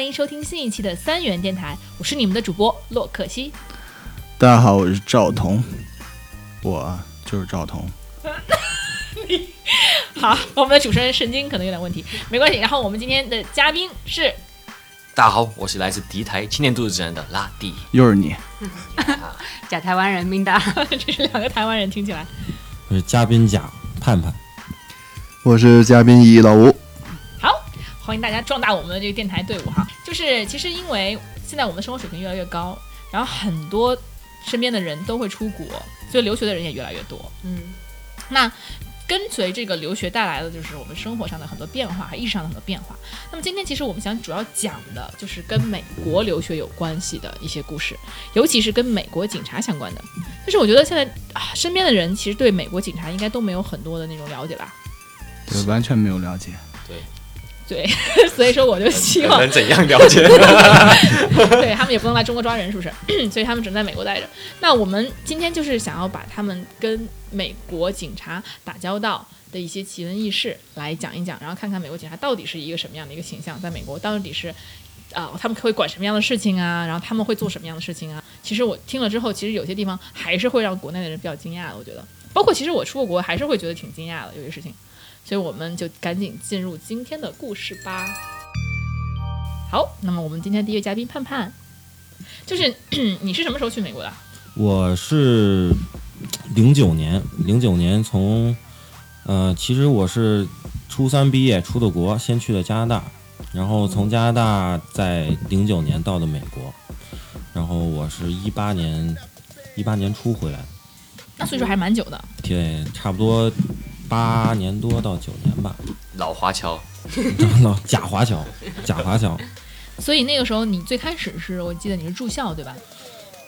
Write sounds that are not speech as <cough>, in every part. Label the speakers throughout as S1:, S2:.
S1: 迎收听新一期的三元电台，我是你们的主播洛可西。
S2: 大家好，我是赵彤，我就是赵彤。
S1: 好，我们的主持人神经可能有点问题，没关系。然后我们今天的嘉宾是， <laughs>
S3: 大家好，我是来自敌台青年都市指南的拉蒂。
S2: 又是你，
S4: 假台湾人民的，
S1: 这是两个台湾人，听起来
S5: 我是嘉宾甲盼盼，
S2: 我是嘉宾一老吴。
S1: 好，欢迎大家壮大我们的这个电台队伍哈。就是其实因为现在我们的生活水平越来越高，然后很多身边的人都会出国，所以留学的人也越来越多。
S4: 嗯，
S1: 那跟随这个留学带来的就是我们生活上的很多变化和意识上的很多变化。那么今天其实我们想主要讲的就是跟美国留学有关系的一些故事，尤其是跟美国警察相关的。但是我觉得现在啊，身边的人其实对美国警察应该都没有很多的那种了解吧，
S2: 对，完全没有了解。
S1: 所以说我就希望
S3: 能怎样了
S1: <laughs>
S3: 解？
S1: 对他们也不能来中国抓人，是 <clears throat> 不是？所以他们只能在美国待着。那我们今天就是想要把他们跟美国警察打交道的一些奇闻异事来讲一讲，然后看看美国警察到底是一个什么样的一个形象，在美国到底是啊、他们会管什么样的事情啊，然后他们会做什么样的事情啊。其实我听了之后，其实有些地方还是会让国内的人比较惊讶的，我觉得。包括其实我出过国，还是会觉得挺惊讶的，有些事情。所以我们就赶紧进入今天的故事吧。好，那么我们今天第一位嘉宾盼盼，就是 <clears throat> 你是什么时候去美国的？啊
S5: 我是零九年，零九年从，呃，其实我是初三毕业出的国，先去的加拿大，然后从加拿大在零九年到的美国，然后我是一八年一八年初回来的，
S1: 那岁数还蛮久的，
S5: 对，差不多八年多到九年吧， <laughs>
S3: 老华侨，
S5: 老假华侨，假华侨，
S1: 所以那个时候你最开始是我记得你是住校对吧？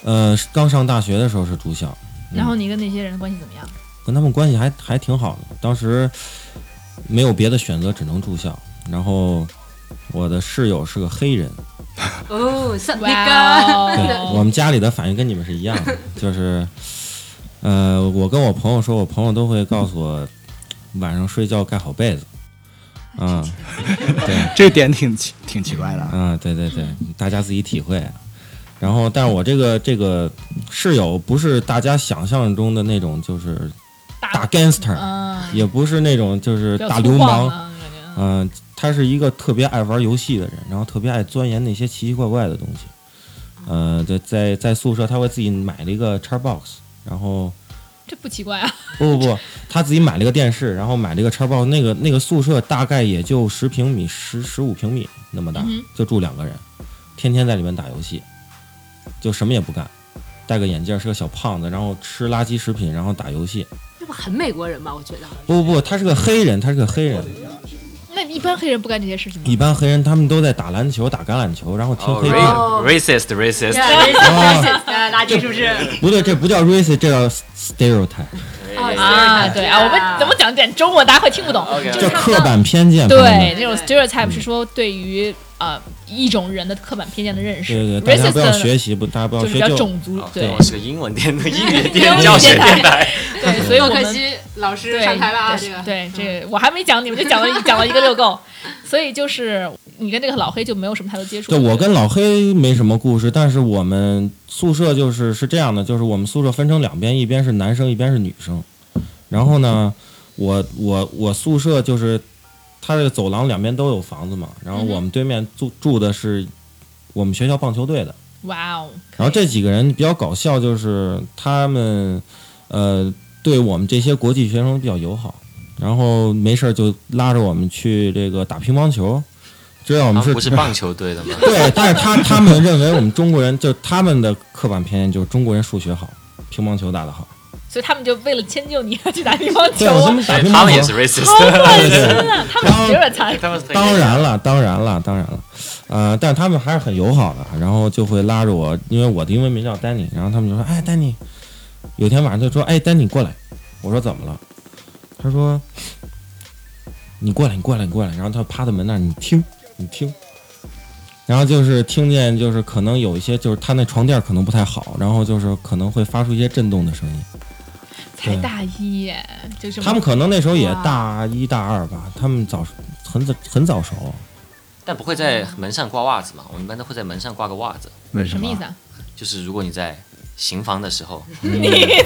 S5: 呃，刚上大学的时候是住校，嗯
S1: 然后你跟那些人关系怎么样？
S5: 跟他们关系还还挺好的。当时没有别的选择，只能住校。然后我的室友是个黑人，
S4: <laughs> 哦，是那个，
S1: 哇
S5: 对、
S1: 哦，
S5: 我们家里的反应跟你们是一样
S1: <laughs>
S5: 的，就是呃，我跟我朋友说，我朋友都会告诉我晚上睡觉盖好被子。
S1: 哎
S5: 啊、对，
S2: 这点挺奇，挺奇怪的啊。
S5: 啊，对对对，大家自己体会。然后，但我这个这个室友不是大家想象中的那种，就是大 gangster，、
S1: 啊嗯，
S5: 也不是那种就是
S1: 比较
S5: 大
S1: 粗
S5: 流
S1: 犷
S5: 氓，
S1: 啊感觉嗯
S5: 嗯、他是一个特别爱玩游戏的人，然后特别爱钻研那些奇奇怪怪的东西。呃，在在在宿舍，他会自己买了一个 Xbox，然后
S1: 这不奇怪啊。
S5: 不不不，他自己买了一个电视，然后买了一个 Xbox。那个那个宿舍大概也就十平米、十十五平米那么大
S1: 嗯哼，
S5: 就住两个人，天天在里面打游戏，就什么也不干，戴个眼镜，是个小胖子，然后吃垃圾食品，然后打游戏。
S4: 这不很美国人吗？我觉得，
S5: 不不不，他是个黑人，他是个黑人。
S1: 那一般黑人不干这些事情吗？
S5: 一般黑人他们都在打篮球、打橄榄球，然后听黑人。
S4: 哦
S3: racist，racist，
S4: 啊，垃圾是不是？
S5: 不对，这不叫 racist，这叫 stereotype，
S1: 啊，对啊，我们怎么讲点中文，大家会听不懂，
S3: OK，OK
S1: 就是
S5: 叫
S1: 他们
S5: 刻
S1: 当
S5: 板偏见。朋友们
S1: 对，那种
S4: 对
S1: stereotype 是说对于呃一种人的刻板偏见的认识。
S5: 对对，大家不要
S1: racist
S5: 学习，不，大家不要
S1: 就是比
S5: 学
S1: 较
S5: 就
S1: 种族
S3: 哦
S1: 对
S3: 我是个英文
S1: <laughs>
S3: 电台，英语
S1: 英
S3: 电
S1: 语
S3: 教学
S1: 电台
S3: 电台，
S1: 对，所以我
S4: 洛
S1: 们
S4: 可西老师
S1: 对
S4: 上台了啊，
S1: 对
S4: 这个，
S1: 对这个我还没讲，你们就讲
S4: <laughs>
S1: 了讲了一个遛够，所以就是你跟这个老黑就没有什么太多接触。
S5: 对，我跟老黑没什么故事，但是我们宿舍就是是这样的，就是我们宿舍分成两边，一边是男生，一边是女生。然后呢，我我我宿舍就是，它这个走廊两边都有房子嘛，然后
S1: 嗯哼
S5: 我们对面住住的是我们学校棒球队的。
S1: 哇哦，
S5: 然后这几个人比较搞笑，就是他们，呃，对我们这些国际学生比较友好，然后没事儿就拉着我们去这个打乒乓球，知道
S3: 他
S5: 我们
S3: 们
S5: 是、
S3: 啊不是棒球队的
S5: <laughs>
S3: 吗？
S5: 对，但是他他们认为我们中国人，就他们的刻板偏见就是中国人数学好，乒乓球打得好，
S1: 所以他们就为了迁就你去打乒乓球
S5: <laughs> 对，我们打乒
S3: 他们也
S5: 乓
S3: 是
S5: 球，哦
S3: racist，
S5: 对对，
S1: 啊，他们
S5: 然后
S1: 有点残。
S3: <laughs> 他
S1: <laughs>
S3: 们是
S5: 当然了，当然了，当然了，呃，但是他们还是很友好的，然后就会拉着我，因为我的英文名叫丹尼，然后他们就说，哎，丹尼，有天晚上就说，哎，丹尼过来，我说怎么了？他说，你过来，你过来，你过来，然后他趴在门那儿，你听，你听，然后就是听见就是可能有一些就是他那床垫可能不太好，然后就是可能会发出一些震动的声音。
S1: 才大一耶，就是
S5: 他们可能那时候也大一大二吧，他们早很早很早熟，
S3: 但不会在门上挂袜子嘛？我们一般都会在门上挂个袜子，
S2: 为
S1: 什
S2: 什
S1: 么
S2: 么
S1: 意？思啊？
S3: 就是如果你在行房的时候，
S1: 你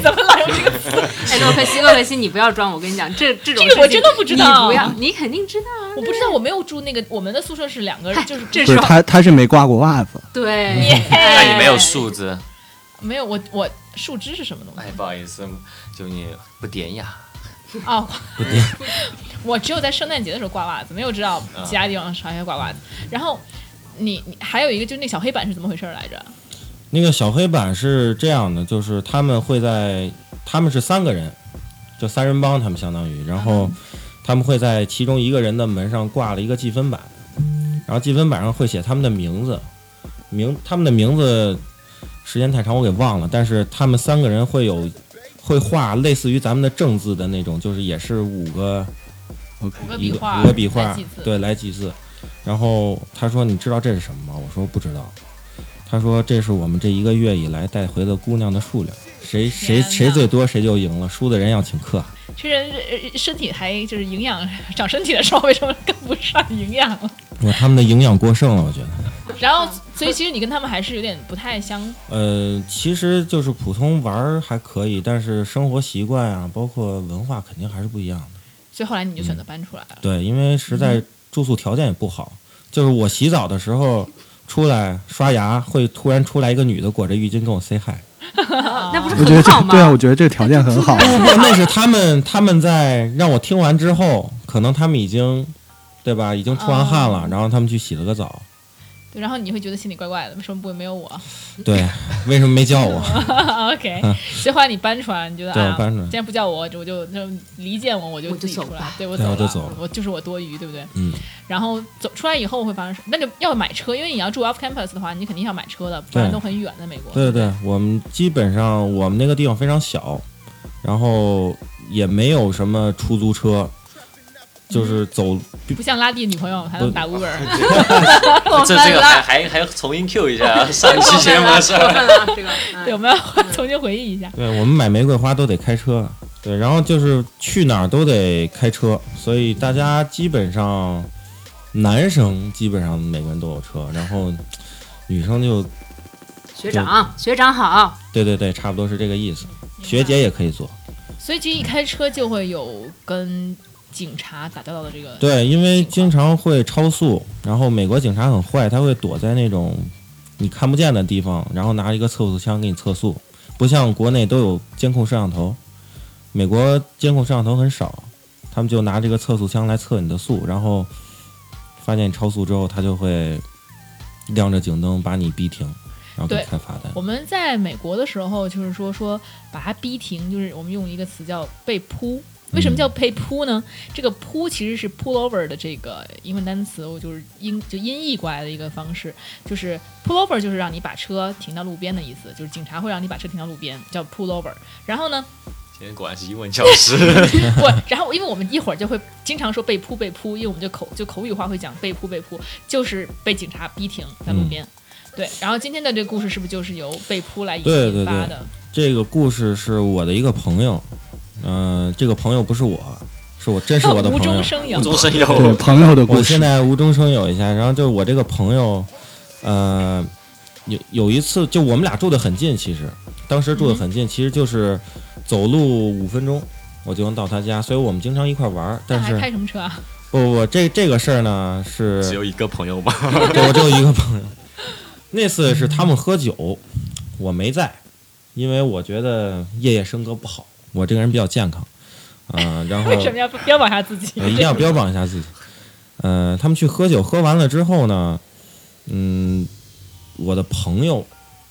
S1: 怎么老用这
S5: <laughs>
S1: 个？
S4: 哎，洛克西，洛克西，你不要装！我跟你讲，这这种
S1: 这个我
S4: 事情
S1: 真的不知道
S4: 你不要，你肯定知道啊。
S1: 我不知道，我没有住那个，我们的宿舍是两个人，就是
S4: 这
S2: 不
S4: 时
S2: 是
S4: 候
S2: 他，他是没挂过袜子，
S4: 对，
S3: 那
S4: 那
S3: 你没有树枝，
S1: 没有我我树枝是什么东西
S3: 哎，不好意思，就你不典雅。
S1: <laughs> 哦， <laughs> 我只有在圣诞节的时候挂袜子，没有知道
S5: 啊
S1: 其他地方还要挂袜子。然后你你还有一个就是那小黑板是怎么回事来着？
S5: 那个小黑板是这样的，就是他们会在，他们是三个人，就三人帮，他们相当于，然后他们会在其中一个人的门上挂了一个记分板，然后记分板上会写他们的名字，名他们的名字时间太长我给忘了，但是他们三个人会有会画类似于咱们的正字的那种，就是也是五个
S2: OK
S1: 五个笔
S5: 一个
S1: 画，
S5: 五个笔画
S1: 来几次，
S5: 对，来几次。然后他说：“你知道这是什么吗？”我说：“不知道。”他说：“这是我们这一个月以来带回的姑娘的数量，谁谁
S1: 天哪
S5: 谁最多谁就赢了，输的人要请客。
S1: 这人呃身体还就是营养长身体的时候，为什么跟不上营养了？”
S5: 我他们的营养过剩了，我觉得。
S1: 然后，所以其实你跟他们还是有点不太相。
S5: 呃，其实就是普通玩儿还可以，但是生活习惯啊，包括文化肯定还是不一样的。
S1: 所以后来你就选择搬出来了。
S5: 对，因为实
S1: 嗯
S5: 在住宿条件也不好，就是我洗澡的时候出来刷牙，会突然出来一个女的裹着浴巾跟我 say hi。
S4: 那不是
S2: 我觉得
S4: 很好
S2: 这对
S4: <laughs>
S2: 啊，
S4: 吗？
S2: 我觉得这个条件很好。
S5: 不不，那是他们他们在让我听完之后，可能他们已经，对吧？已经出完汗了，
S1: 哦
S5: 然后他们去洗了个澡。
S1: 对，然后你会觉得心里怪怪的，为什么不没有我
S5: 对，为什么没叫我？ <laughs>
S1: 啊？OK，所以后来你搬出来，你觉得
S5: 嗯对
S1: 啊
S5: 我，搬出来
S1: 既然不叫我，我就就就离间我，我就
S4: 我就
S1: 自己
S4: 走
S1: 出来
S4: 吧，
S1: 对我
S5: 对
S1: 走
S5: 我就
S1: 了
S5: 走了
S1: 我就是我多余，对不对？
S5: 嗯，
S1: 然后走出来以后会发生什么？那就要买车，因为你要住 off campus 的话，你肯定要买车的，不然
S5: 对
S1: 都很远，在美国。
S5: 对对对，我们基本上我们那个地方非常小，然后也没有什么出租车，就是走
S1: 不像拉蒂女朋友还能打 Uber，
S5: <laughs>
S4: 过
S3: 这
S4: 分
S3: 这个还
S4: 了，
S3: 还还重新 Q 一
S1: <laughs>
S3: 下上一期节目的事
S4: 过
S3: 儿。
S4: 分了，这个。嗯
S1: 对，我们要 <laughs> 重新回忆一下。
S5: 对我们买玫瑰花都得开车，对，然后就是去哪儿都得开车，所以大家基本上男生基本上每个人都有车，然后女生就
S4: 学长，学长好，
S5: 对对对，差不多是这个意思。学姐也可以做，
S1: 所以其实一开车就会有跟警察打交道的这个。
S5: 对，因为经常会超速，然后美国警察很坏，他会躲在那种你看不见的地方，然后拿一个测速枪给你测速，不像国内都有监控摄像头，美国监控摄像头很少，他们就拿这个测速枪来测你的速，然后发现你超速之后，他就会亮着警灯把你逼停，然后给你
S1: 对
S5: 开罚单。
S1: 我们在美国的时候，就是说说把他逼停，就是我们用一个词叫被扑。为
S5: 嗯
S1: 什么叫被扑呢？这个扑其实是 pull over 的这个英文单词，我就是音就音译过来的一个方式，就是 pull over 就是让你把车停到路边的意思，就是警察会让你把车停到路边，叫 pull over。然
S5: <laughs>
S1: 后呢，
S3: 今天果然是英文教师，
S1: 我然后因为我们一会儿就会经常说被扑被扑，因为我们就口就口语化会讲被扑被扑，就是被警察逼停在
S5: 嗯
S1: 路边。对，然后今天的这个故事是不是就是由被扑来引发的？
S5: 对对对这个故事是我的一个朋友，嗯、这个朋友不是我，是我真是我的
S1: 无
S5: 朋友
S1: 哦中。生有啊
S3: 无，中生
S2: 对
S3: 有。
S2: 朋友的故
S5: 我
S2: 事
S5: 现， <laughs> 在无中生有一下，然后就是我这个朋友，呃，有有一次就我们俩住的很近，其实当时
S1: 嗯
S5: 住的很近，其实就是走路五分钟我就能到他家，所以我们经常一块玩儿。
S1: 那
S5: 但是呃
S1: 还开什么车啊？
S5: 不不不，这这个事儿呢是
S3: 只有一个朋友吗？
S5: <laughs> 对，我只有一个朋友。那次是他们喝酒，我没在，因为我觉得夜夜笙歌不好，我这个人比较健康，啊、然后
S1: 为什么要标榜一下自己？
S5: 呃一定要标榜一下自己。呃，他们去喝酒，喝完了之后呢，嗯，我的朋友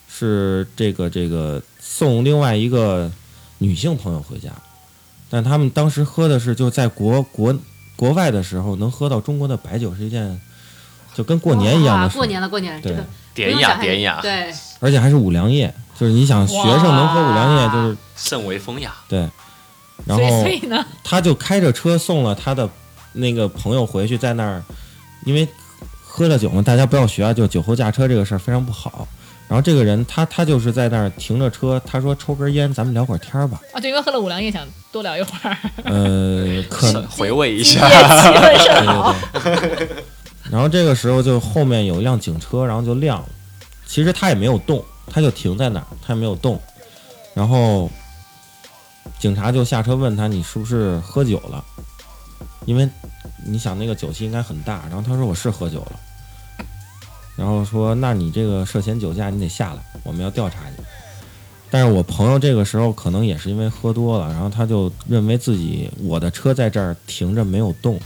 S5: 是这个这个送另外一个女性朋友回家，但他们当时喝的是就在国国国外的时候能喝到中国的白酒是一件就跟过年
S2: 啊
S5: 一样的
S4: 哇啊
S5: 事，
S4: 过年了，过年了，这
S5: 对
S4: 个
S3: <laughs> 典
S4: 不用
S3: 雅
S4: 讲
S3: 典雅，
S4: 对，
S5: 而且还是五粮液，就是你想学生能喝五粮液就是
S3: 甚为风雅。
S5: 对，然
S1: 所以
S5: 后
S1: 所以呢，
S5: 他就开着车送了他的那个朋友回去，在那儿，因为喝了酒嘛，大家不要学啊，就酒后驾车这个事儿非常不好。然后这个人他他就是在那儿停着车，他说抽根烟，咱们聊会儿天儿吧。
S1: 啊，对，因为喝了五粮液，想多聊一
S5: <laughs>
S1: 会儿，
S5: 呃，可能
S3: 回味一
S1: 今夜
S3: 下，
S1: 气氛甚
S5: 对
S1: 好。
S5: 对对。然后这个时候就后面有一辆警车，然后就亮了。其实他也没有动，他就停在那儿，他也没有动。然后警察就下车问他：“你是不是喝酒了？”因为你想那个酒气应该很大。然后他说：“我是喝酒了。”然后说：“那你这个涉嫌酒驾，你得下来，我们要调查你。”但是我朋友这个时候可能也是因为喝多了，然后他就认为自己我的车在这儿停着没有动，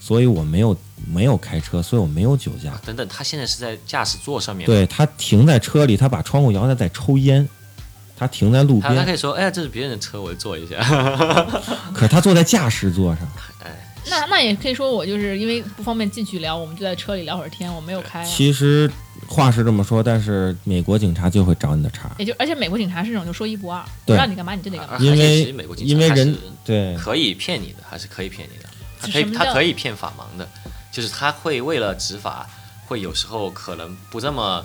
S5: 所以我没有没有开车，所以我没有酒驾。
S3: 等等，他现在是在驾驶座上面。，
S5: 对他停在车里，他把窗户摇下来在抽烟，他停在路
S3: 他他
S5: 边，
S3: 可以说，哎呀，这是别人的车，我坐一下。
S5: 可是他坐在驾驶座上。
S1: 那那也可以说我就是因为不方便进去聊，我们就在车里聊会儿天，我没有开、啊。
S5: 其实话是这么说，但是美国警察就会找你的茬。
S1: 也就而且美国警察是那种就说一不二，我
S5: 对啊
S1: 让你干嘛你就得干嘛。
S3: 而 <laughs>
S5: 因
S3: 而且
S5: 为
S3: 其实美国警察
S5: 因为
S3: 还是
S5: 人对
S3: 可以骗你的，还是可以骗你的，他
S1: 是
S3: 可以
S1: 什么
S3: 他
S1: 叫
S3: 可以骗法盲的，就是他会为了执法，会有时候可能不这么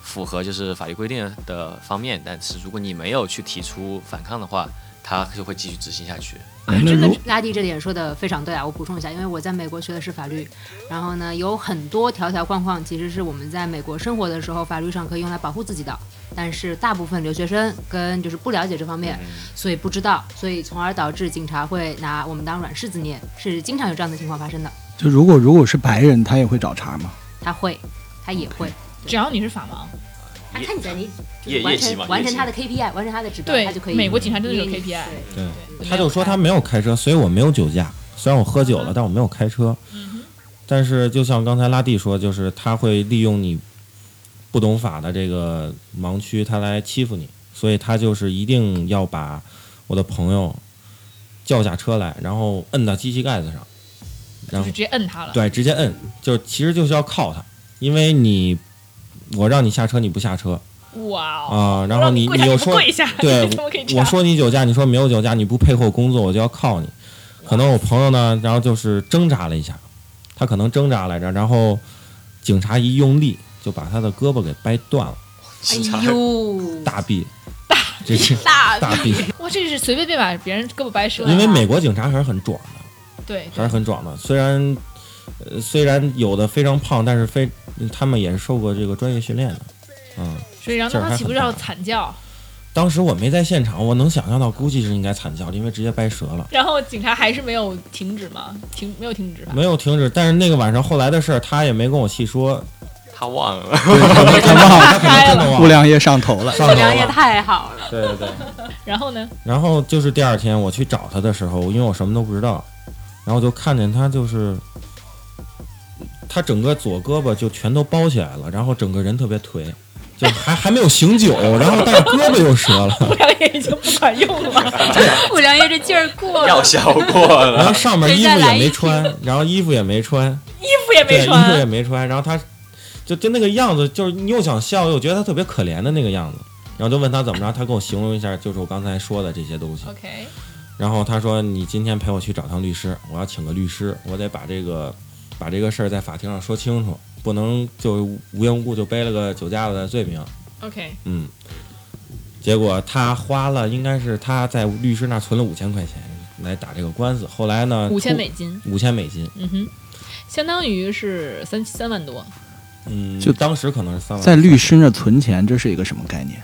S3: 符合就是法律规定的方面，但是如果你没有去提出反抗的话，他就会继续执行下去。
S2: 那
S4: 真的
S2: 如
S4: 是拉蒂这点说的非常对啊！我补充一下，因为我在美国学的是法律，然后呢，有很多条条框框其实是我们在美国生活的时候，法律上可以用来保护自己的，但是大部分留学生跟就是不了解这方面，
S3: 嗯
S4: 所以不知道，所以从而导致警察会拿我们当软柿子捏，是经常有这样的情况发生的。
S2: 就如果如果是白人，他也会找茬吗？
S4: 他会，他也会，
S1: 只要你是法盲，
S4: 他
S3: 业
S4: 看起来你
S3: 嗯
S4: 就
S3: 业
S4: 是完
S3: 业绩嘛
S4: 成完
S3: 业
S4: 成
S3: 绩
S4: 他的 KPI，完成他的指标，
S1: 对
S4: 他就可以。
S1: 美国警察真的有
S4: 因为你
S1: KPI
S4: 对
S5: 对，
S1: 对
S5: 他就说他
S1: 没
S5: 没有开车，所以我没有酒驾。虽然我喝
S1: 嗯
S5: 酒了，但我没有开车。但是就像刚才拉蒂说，就是他会利用你不懂法的这个盲区，他来欺负你，所以他就是一定要把我的朋友叫下车来，然后摁到机器盖子上，
S1: 有
S5: 然
S1: 就
S5: 后
S1: 是直接摁他了。
S5: 对，直接摁，就是其实就是要铐他，因为你我让你下车，你不下车
S1: 哇哦！
S5: 啊、然
S1: 我
S5: 后
S1: 让你
S5: 你
S1: 跪下
S5: 又
S1: 不
S5: 说
S1: 跪下，
S5: 对
S1: <laughs> 你怎么可以这
S5: 我
S1: 样？
S5: 说你酒驾，你说没有酒驾，你不配合我工作，我就要铐你。可能我朋友呢，然后就是挣扎了一下，他可能挣扎来着，然后警察一用力就把他的胳膊给掰断了，
S3: 警察
S4: 哎呦，
S5: 大臂，这是
S4: 大
S5: 大臂，
S1: 哇，这是随便便把别人胳膊掰折了。啊
S5: 因为美国警察还是很壮的，
S1: 对
S5: 还是很壮的。虽然，呃，虽然有的非常胖，但是非他们也是受过这个专业训练的，嗯。
S1: 所以然后
S5: 劲儿
S1: 他
S5: 还
S1: 岂不
S5: 很
S1: 是要
S5: 大
S1: 惨叫？
S5: 当时我没在现场，我能想象到，估计是应该惨叫，因为直接掰折了。
S1: 然后警察还是没有停止吗？停没有停止吧？
S5: 没有停止，但是那个晚上后来的事儿，他也没跟我细说，
S3: <laughs> 他忘了，
S2: 他 <laughs> 忘
S5: 他可能真的忘
S2: 了，
S5: 了
S2: 不良业上头了。
S5: 上
S4: 这
S5: 头
S4: 良也
S5: 了。
S4: 太好了，
S5: 对对对。
S1: 然后呢？
S5: 然后就是第二天我去找他的时候，因为我什么都不知道，然后就看见他就是，他整个左胳膊就全都包起来了，然后整个人特别颓，就还还没有醒酒，然后但是胳膊又
S1: <laughs>
S5: 折了，
S1: 不良也已经不管用
S5: <laughs>
S1: 了。
S4: 不良业这劲儿
S3: <laughs>
S4: 过
S3: 药
S4: 了，
S3: 效过 <laughs>
S5: 然后
S3: 了，
S5: 上面衣服也没穿，然后衣服也没穿，
S1: 衣服也
S5: 对，
S1: 没
S5: 衣服也
S1: 穿，
S5: 没穿，然后他就就那个样子，就是你又想笑又觉得他特别可怜的那个样子，然后就问他怎么着，他给我形容一下，就是我刚才说的这些东西。
S1: OK，
S5: 然后他说：“你今天陪我去找趟律师，我要请个律师，我得把这个把这个事儿在法庭上说清楚，不能就无缘无故就背了个酒驾的罪名。”
S1: OK，
S5: 嗯，结果他花了，应该是他在律师那儿存了五千块钱来打这个官司。后来呢，
S1: 五千美金，
S5: 五千美金，
S1: 嗯哼，相当于是三三万多。
S5: 嗯，
S2: 就
S5: 当时可能是三万。
S2: 在律师那存钱，这是一个什么概念？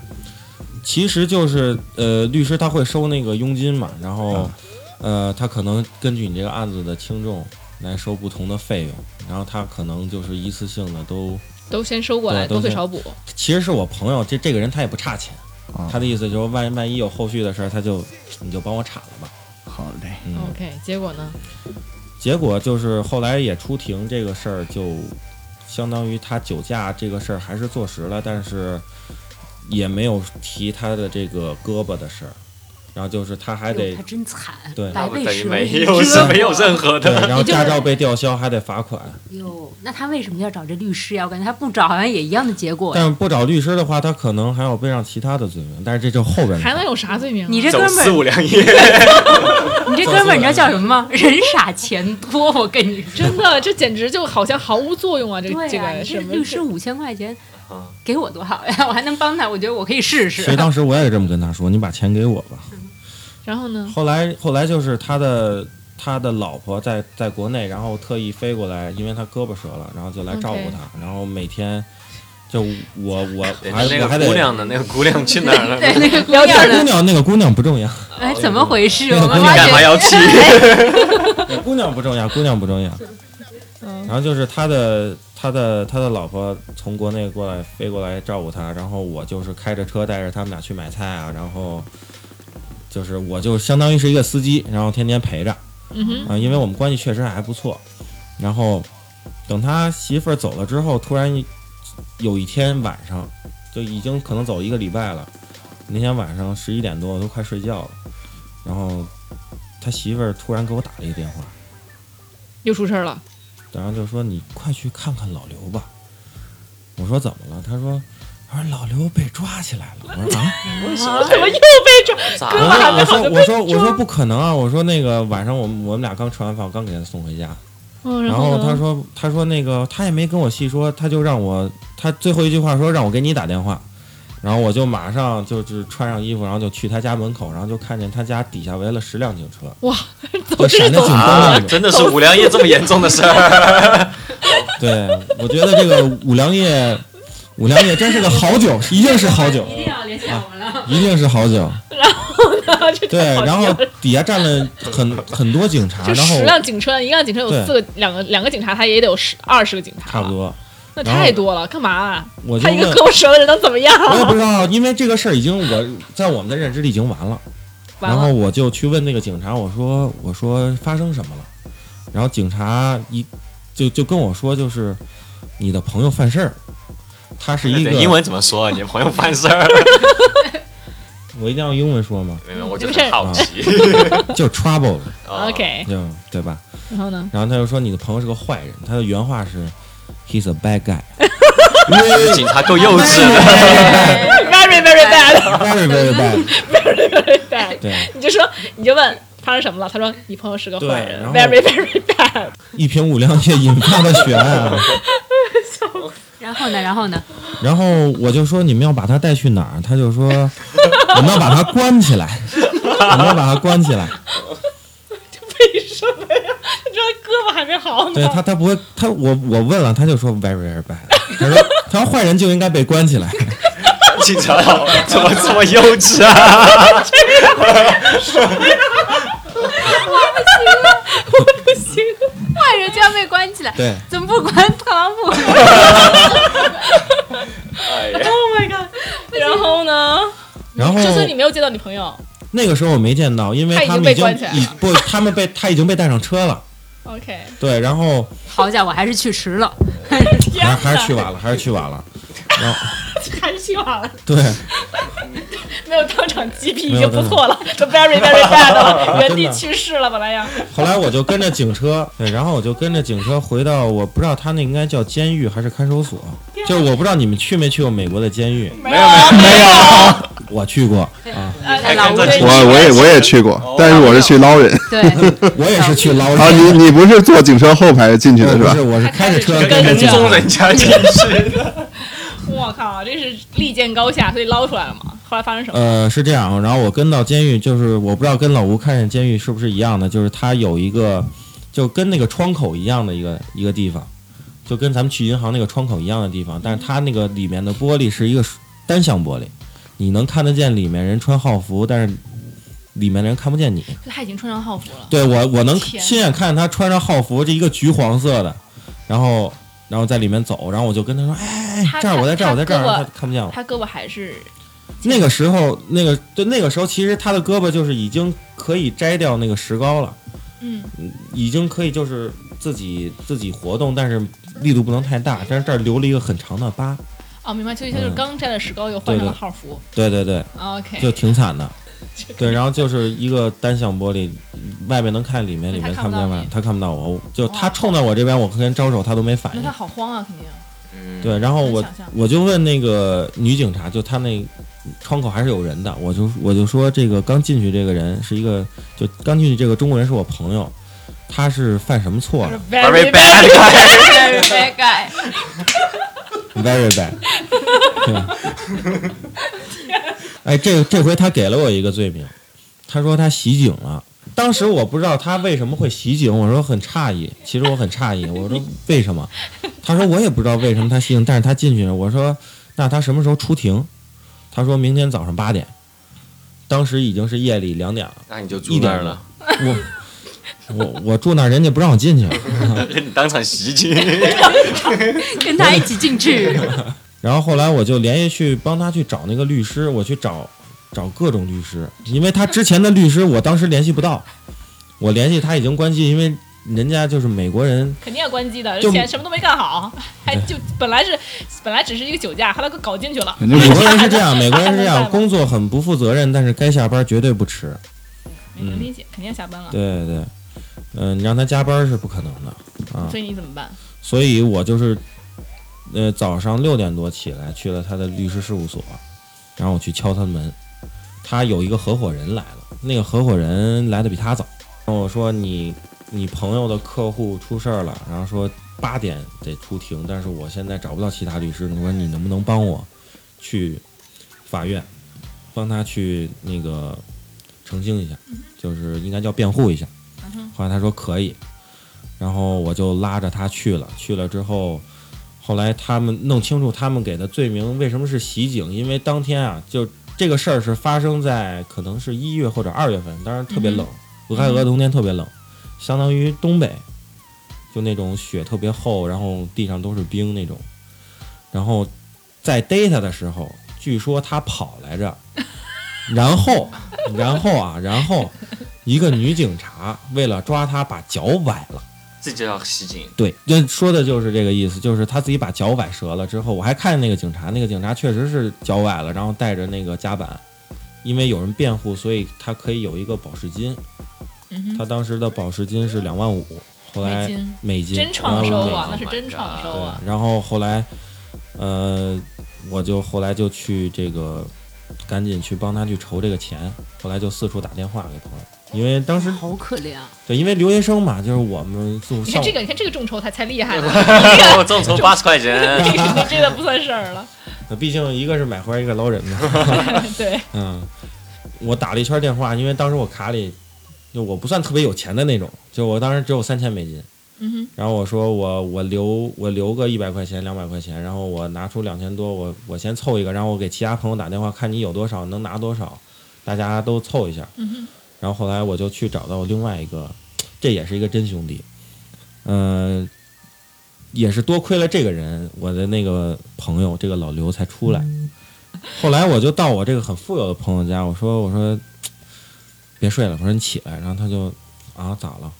S5: 其实就是呃，律师他会收那个佣金嘛，然后、呃，他可能根据你这个案子的轻重来收不同的费用，然后他可能就是一次性的都，
S1: 都先收过来，
S5: 对
S1: 多
S5: 都
S1: 退
S5: 先
S1: 少补。
S5: 其实是我朋友，这这个人他也不差钱，
S2: 啊
S5: 他的意思就是万万一有后续的事儿，他就嗯你就帮我铲了吧，
S2: 好嘞，
S5: 嗯。
S1: OK，结果呢？
S5: 结果就是后来也出庭，这个事儿就相当于他酒驾这个事儿还是坐实了，但是也没有提他的这个胳膊的事儿，然后就是他还得
S4: 哟他真惨，
S5: 对
S4: 百倍
S3: 等于
S4: 折
S3: 没有
S4: 折
S3: 是没有任何
S1: <laughs>
S5: 对，
S3: 的。
S5: 然后驾照被吊销还得罚款。
S4: 哟，那他为什么要找这律师呀？我感觉他不找好像也一样的结果呀。
S5: 但不找律师的话，他可能还要背上其他的罪名，但是这就后边的事
S1: 还能有啥罪名啊？
S4: 你这
S3: 走
S4: 哥们
S3: 四
S4: 儿，
S3: 五两夜，
S4: 你这哥们儿，你知道叫什么吗？人傻钱多，我跟你说。
S1: 真的，这简直就好像毫无作用啊！这
S4: <laughs> 对
S1: 这
S4: 呀、你
S1: 个
S4: 这
S1: 什么
S4: 律师五千块钱
S3: 啊，
S4: 给我多好呀！我还能帮他，我觉得我可以试
S5: 其实
S4: 试。
S5: 当时我也这么跟他说：“你把钱给我吧。
S1: 然后”呢？
S5: 后来，后来就是他的他的老婆在在国内，然后特意飞过来，因为他胳膊折了，然后就来照顾
S1: OK
S5: 他然后每天就我我
S3: <laughs> 对
S5: 还
S3: 哎那
S5: 我还
S3: 个
S5: 得
S3: 姑娘呢？那个姑娘去哪儿了？
S4: <laughs> 对，那个
S5: <laughs>
S1: 聊天
S4: 面
S1: 儿
S4: 的，
S5: 姑娘那个姑娘不重要，
S4: 哎，怎么回事？我
S5: 那个
S4: 们
S5: 姑
S4: 发
S3: <laughs>
S5: 娘
S3: 干嘛
S4: 觉
S3: 要去？
S5: 那姑娘不重要，姑娘不重要。
S1: 嗯
S5: 然后就是他的他的他的老婆从国内过来飞过来照顾他，然后我就是开着车带着他们俩去买菜啊，然后就是我就相当于是一个司机，然后天天陪着啊、
S1: 嗯哼，
S5: 因为我们关系确实还不错。然后等他媳妇儿走了之后，突然有一天晚上，就已经可能走一个礼拜了，那天晚上十一点多我都快睡觉了，然后他媳妇儿突然给我打了一个电话。
S1: 又出事儿了，
S5: 然后就说你快去看看老刘吧。我说怎么了？他说，他说老刘被抓起来了。我说啊，
S1: 怎么又被抓？
S3: 咋
S5: 我
S1: <laughs>
S3: 了？
S5: 说我说我说我说不可能啊！我说那个晚上我们我们俩刚吃完饭，我刚给他送回家。
S1: 嗯，
S5: 然
S1: 后
S5: 后
S1: 呢
S5: 他说他说那个他也没跟我细说，他就让我他最后一句话说让我给你打电话。然后我就马上就是穿上衣服，然后就去他家门口，然后就看见他家底下围了十辆警车，
S1: 哇，
S5: 就闪着警灯
S3: 啊
S5: 那，种。
S3: 真的是五粮液这么严重的事 <laughs> 儿，
S5: 对，我觉得这个五粮液，五粮液真是个好酒，一定是好啊酒，
S4: 一定要联系我们了。
S5: 一定是
S1: <laughs>
S5: 好酒。
S1: 这
S5: 对，
S1: 太好
S5: 然
S1: 笑
S5: 后
S1: 了
S5: 底下站了很很多警察，
S1: 就
S5: 啊然后
S1: 十辆警车，一辆警车有
S5: 对
S1: 四个，两个两个警察，他也得有十二十个警察，
S5: 差不，多，
S1: 那
S5: 然后
S1: 太多了，干嘛啊？
S5: 我就
S1: 他一个
S5: 问
S1: 胳，膊折的人能怎么样？
S5: 我也不知道，因为这个事儿已经我在我们的认知里已经完了。
S1: 完
S5: 然后
S1: 了，
S5: 我就去问那个警察，我说我说发生什么了？然后警察一就就跟我说，就是你的朋友犯事儿，他是一个
S3: 英，文怎么说？你朋友犯事 <laughs> 儿？
S5: 我一定要用英文说吗？
S3: 没有，我就是好奇。
S5: 就是 trouble，了
S3: <laughs>
S1: <laughs>
S3: 哦
S1: OK，
S5: 就对吧？
S1: 然后呢？
S5: 然后他就说你的朋友是个坏人，他的原话是 he's a bad
S1: <laughs>
S5: guy
S3: 警察够幼稚的。 <laughs>
S5: 哎
S1: Very very bad，
S5: very very bad。
S1: bad。
S5: 对，
S1: 你就说，你就问发生什么了？他说你朋友是个坏人
S5: 对然后
S1: ，very very bad。
S5: 一瓶五粮液引发的血案啊。
S4: 然后呢？然后呢？
S5: 然后我就说你们要把他带去哪儿？他就说我们要把他关起来，我们要把他关起来。
S1: 为什么呀？你知道胳膊还没好
S5: 对
S1: 呢。
S5: 他，他不会，他我我问了，他就说 very very bad。他说他说坏人就应该被关起来。
S3: 警察佬怎么这么幼稚啊？
S1: 不行，
S4: 坏人就要被关起来，
S5: 对，
S4: 怎么不管特朗普？
S3: 哎呀，
S1: Oh 然后呢？
S5: 然后
S1: 就算你没有见到你朋友
S5: 那个时候我没见到，因为
S1: 他已
S5: 他
S1: 经
S5: 们已
S1: 被关
S5: 经
S1: 起来
S5: 已不，他们被他已经被带上车了。
S4: <laughs>
S1: ，OK，
S5: 对，然后
S4: 好家伙，还是去迟了。
S1: 天
S5: 还
S1: 哪，
S5: 还是去晚了，还是去晚了。
S1: 还是去晚了，
S5: 对，
S1: 没有当场击毙已经
S5: 没有
S1: 不错了，都 very very bad
S5: <laughs>
S1: 了，原地去世了，本来呀。
S5: 后来我就跟着警 <laughs> 车，对，然后我就跟着警车回到，我不知道他那应该叫监狱还是看守所，就是我不知道你们去没去过美国的监狱，
S1: 没有啊呃没有，
S5: 我去过，
S4: 哎老
S3: 还看
S4: 吴这
S3: 这
S2: 我我也我也去过，但是我是去捞人
S5: <laughs>
S4: 对，
S5: 我也哦是去捞
S2: 啊！
S5: 人，
S2: 你你不是坐警车后排进去的
S5: 我
S2: 是
S5: 不
S2: 吧
S5: 是，？我是开着车
S1: 跟
S5: 跟着
S1: 跟
S5: 警
S3: 踪
S5: 察，
S3: 人家进去，
S1: 我靠，这是利见高下，所以捞出来了嘛。后来发生什么？
S5: 呃，是这样，然后我跟到监狱，就是我不知道跟老吴看见监狱是不是一样的，就是它有一个就跟那个窗口一样的一个一个地方，就跟咱们去银行那个窗口一样的地方，但是它那个里面的玻璃是一个单向玻璃，你能看得见里面人穿号服，但是里面的人看不见你。
S1: 他已经穿上号服了，
S5: 对我我能
S1: 天
S5: 亲眼看见他穿着号服，这一个橘黄色的，然后然后在里面走，然后我就跟他说，哎，
S1: 他
S5: 这儿我在这儿我在这儿，
S1: 他胳膊
S5: 他看不见我。
S1: 他胳膊还是
S5: 那个时候，那个对那个时候，其实他的胳膊就是已经可以摘掉那个石膏了，
S1: 嗯，
S5: 已经可以就是自己自己活动，但是力度不能太大，但是这儿留了一个很长的疤。
S1: 哦，明白，所以他就是
S5: 嗯
S1: 刚摘了石膏，又换
S5: 对
S1: 上
S5: 对
S1: 了号服。哦
S5: 对对对，就
S1: OK，
S5: 挺
S1: <laughs>
S5: 惨的。对，然后就是一个单向玻璃，外面能看里面，
S1: 所以
S5: 里
S1: 他
S5: 面
S1: 看不
S5: 看不见
S1: 到
S5: 外
S1: 你，
S5: 他看不到我，就他
S1: 哇
S5: 冲到我这边，我跟招手，他都没反
S1: 那
S5: 应
S1: 他。好慌啊，肯定。
S5: 对，然后
S1: 能
S5: 我
S1: 想象
S5: 我就问那个女警察，就她那窗口还是有人的，我就我就说这个刚进去这个人是一个，就刚进去这个中国人是我朋友，他是犯什么错了
S3: Very bad
S1: <laughs>
S3: guy
S4: 拜拜。
S5: ？Very bad，对吧？哎，这这回他给了我一个罪名，他说他袭警了，当时我不知道他为什么会袭警，我说很诧异，其实我很诧异，我说为什么？他说我也不知道为什么他袭警，但是他进去了。我说那他什么时候出庭？他说明天早上八点。当时已经是夜里两点了，
S3: 那你就住
S5: 一
S3: 那
S5: 点
S3: 儿
S5: 了
S3: 了，
S5: 我我我住那儿，人家不让我进去。
S3: <laughs> 你当场袭 <laughs> 击。
S4: 跟他一起进
S5: <laughs>
S4: 去。
S5: 然后后来我就连夜去帮他去找那个律师，我去找找各种律师，因为他之前的律师我当时联系不到，我联系他已经关机，因为人家就是美国人，
S1: 肯定要关机的，而
S5: 就
S1: 且什么都没干好，还就本来是本来只是一个酒驾，后来给搞进去了。
S2: 感觉
S5: <laughs> 美
S2: 我
S5: 国人是这样，美国人 <laughs> 是这
S1: 还能干
S5: 样，
S1: 嘛
S5: 工作很不负责任，但是该下班绝对不迟。
S1: 能理解，肯定要下班了。
S5: 嗯对对，嗯、你让他加班是不可能的，啊
S1: 所以你怎么办？
S5: 所以我就是，呃，早上六点多起来去了他的律师事务所，然后我去敲他的门，他有一个合伙人来了，那个合伙人来的比他早，跟我说你你朋友的客户出事儿了，然后说八点得出庭，但是我现在找不到其他律师，你说你能不能帮我去法院，帮他去那个澄清一下，就是应该叫辩护一下。后来他说可以，然后我就拉着他去了。去了之后，后来他们弄清楚他们给的罪名为什么是袭警，因为当天啊，就这个事儿是发生在可能是一月或者二月份，当然特别冷，俄亥俄冬天特别冷，相当于东北，就那种雪特别厚，然后地上都是冰那种。然后在逮他的时候，据说他跑来着， <laughs> 然后，然后啊，然后一个女警察为了抓他，把脚崴了。
S3: 这就叫袭警。
S5: 对，就说的就是这个意思，就是他自己把脚崴折了之后，我还看见那个警察，那个警察确实是脚崴了，然后带着那个夹板，因为有人辩护，所以他可以有一个保释金。
S1: 嗯
S5: 他当时的保释金是两万五，后
S1: 美
S5: 来
S1: 金
S5: 美金
S1: 真创收啊，
S5: 然后
S1: 那
S5: 美
S1: 是真创收啊！
S5: 嗯对，然后后来，呃，我就后来就去这个，赶紧去帮他去筹这个钱，后来就四处打电话给朋友，因为当时
S4: 好可怜啊！
S5: 对，因为留学生嘛，就是我们就
S1: 你
S5: 像
S1: 看
S5: 我
S1: 这个，你看这个众筹才才厉害呢，
S3: <laughs>
S1: <laughs>
S3: 我众 <laughs> 筹八十块钱，
S1: 这个这个不算事儿了。 <laughs>
S5: 那毕竟一个是买花，一个捞人嘛。
S1: 对，
S5: 嗯，我打了一圈电话，因为当时我卡里就我不算特别有钱的那种，就我当时只有三千美金。
S1: 嗯
S5: 然后我说我我留我留个一百块钱两百块钱，然后我拿出两千多，我我先凑一个，然后我给其他朋友打电话，看你有多少能拿多少，大家都凑一下。
S1: 哼，嗯哼，
S5: 然后后来我就去找到另外一个，这也是一个真兄弟，嗯、也是多亏了这个人，我的那个朋友这个老刘才出来。
S1: 嗯
S5: 后来我就到我这个很富有的朋友家，我说我说别睡了，我说你起来，然后他就啊咋了？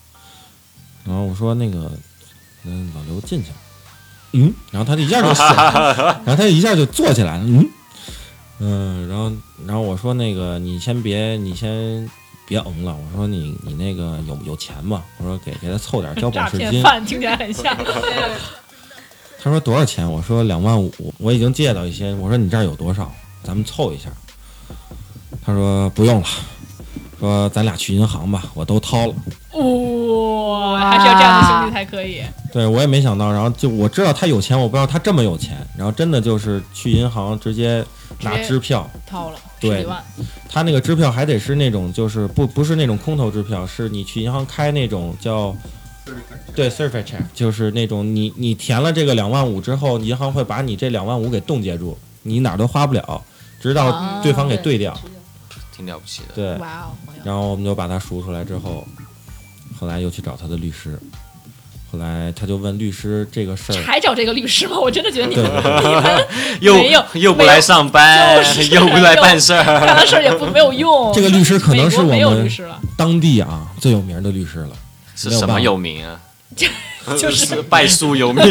S5: 然后我说那个嗯老刘进去了，嗯，然后他就一下就醒
S1: <laughs>
S5: 了，然后他就一下就坐起来了，嗯嗯，然后然后我说那个你先别你先别嗯了，我说你你那个有有钱吗？我说给给他凑点儿交保
S1: 诈
S5: 释
S1: 骗
S5: 金。
S1: 犯听起来很 <laughs> 像。
S5: 他说多少钱？我说两万五，我已经借到一些。我说你这儿有多少？咱们凑一下。他说不用了，说咱俩去银行吧，我都掏了。
S1: 哇，还是要这样的兄弟才可以。
S5: 对我也没想到，然后就我知道他有钱，我不知道他这么有钱。然后真的就是去银行直接拿
S1: 直接
S5: 支票，
S1: 掏了十
S5: 对
S1: 几万，
S5: 他那个支票还得是那种，就是不不是那种空头支票，是你去银行开那种叫，对 survey check，就是那种你你填了这个两万五之后，银行会把你这两万五给冻结住，你哪儿都花不了，直
S1: 啊
S5: 到对方给兑掉。
S3: 挺了不起的。
S5: 对，
S1: 哇哦，朋友，
S5: 然后我们就把他赎出来之后，后来又去找他的律师，后来他就问律师这个事儿，
S1: 还找这个律师吗？我真的觉得你
S5: 对
S1: 们
S5: 对对
S3: 又
S1: 没有
S3: 又不来上班，
S1: 就是
S3: 又不来办事儿，
S1: 干的事儿也不没有用。
S5: 这个律师可能是我
S1: 美国没有律
S5: 们
S1: 师了，
S5: 当地啊最有名的律师了。
S3: 是什么有名啊？
S1: <laughs>
S3: Oh
S1: 就是
S3: 败诉有 <laughs> 名。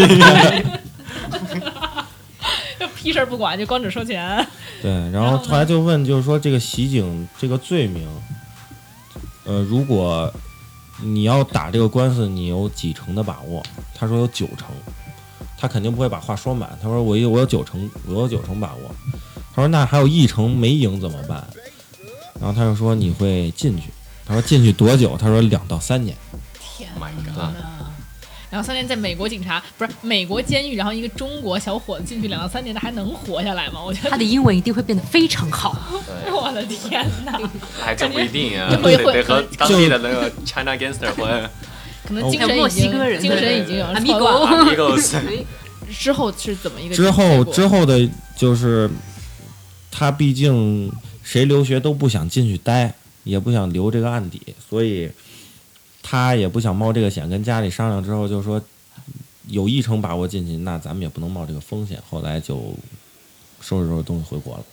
S1: 就屁事儿不管，就光只收钱。
S5: 对，然后后来就问，就是说这个袭警这个罪名，呃，如果你要打这个官司，你有几成的把握？他说有九成，他肯定不会把话说满。他说我有我有九成，我有九成把握。他说那还有一成没赢怎么办？然后他就说你会进去。他说进去多久？他说两到三年。
S1: 天
S3: My
S1: 哪
S3: God！
S1: 两到三年在美国警察不是美国监狱，然后一个中国小伙子进去两到三年，他还能活下来吗？我觉
S4: 他
S1: 得，
S4: 的英文一定会变得非常好。
S3: 对，
S1: 我的天哪！
S3: 还真不一
S1: <laughs>
S3: 定啊，
S1: 感觉
S3: 得得和当地的那个 China gangster 混
S1: 可
S5: 哦
S1: 能精神已
S4: 墨
S1: 经
S4: 西哥人
S1: 精神已经有人错乱了。 <laughs>
S4: Amigo，
S3: ，amigos，
S1: 之后是怎么一个
S5: 之后之
S1: 后
S5: 后的就是，他毕竟谁留学都不想进去待，也不想留这个案底，所以他也不想冒这个险。跟家里商量之后，就说有一成把握进去，那咱们也不能冒这个风险。后来就收拾收拾东西回国了，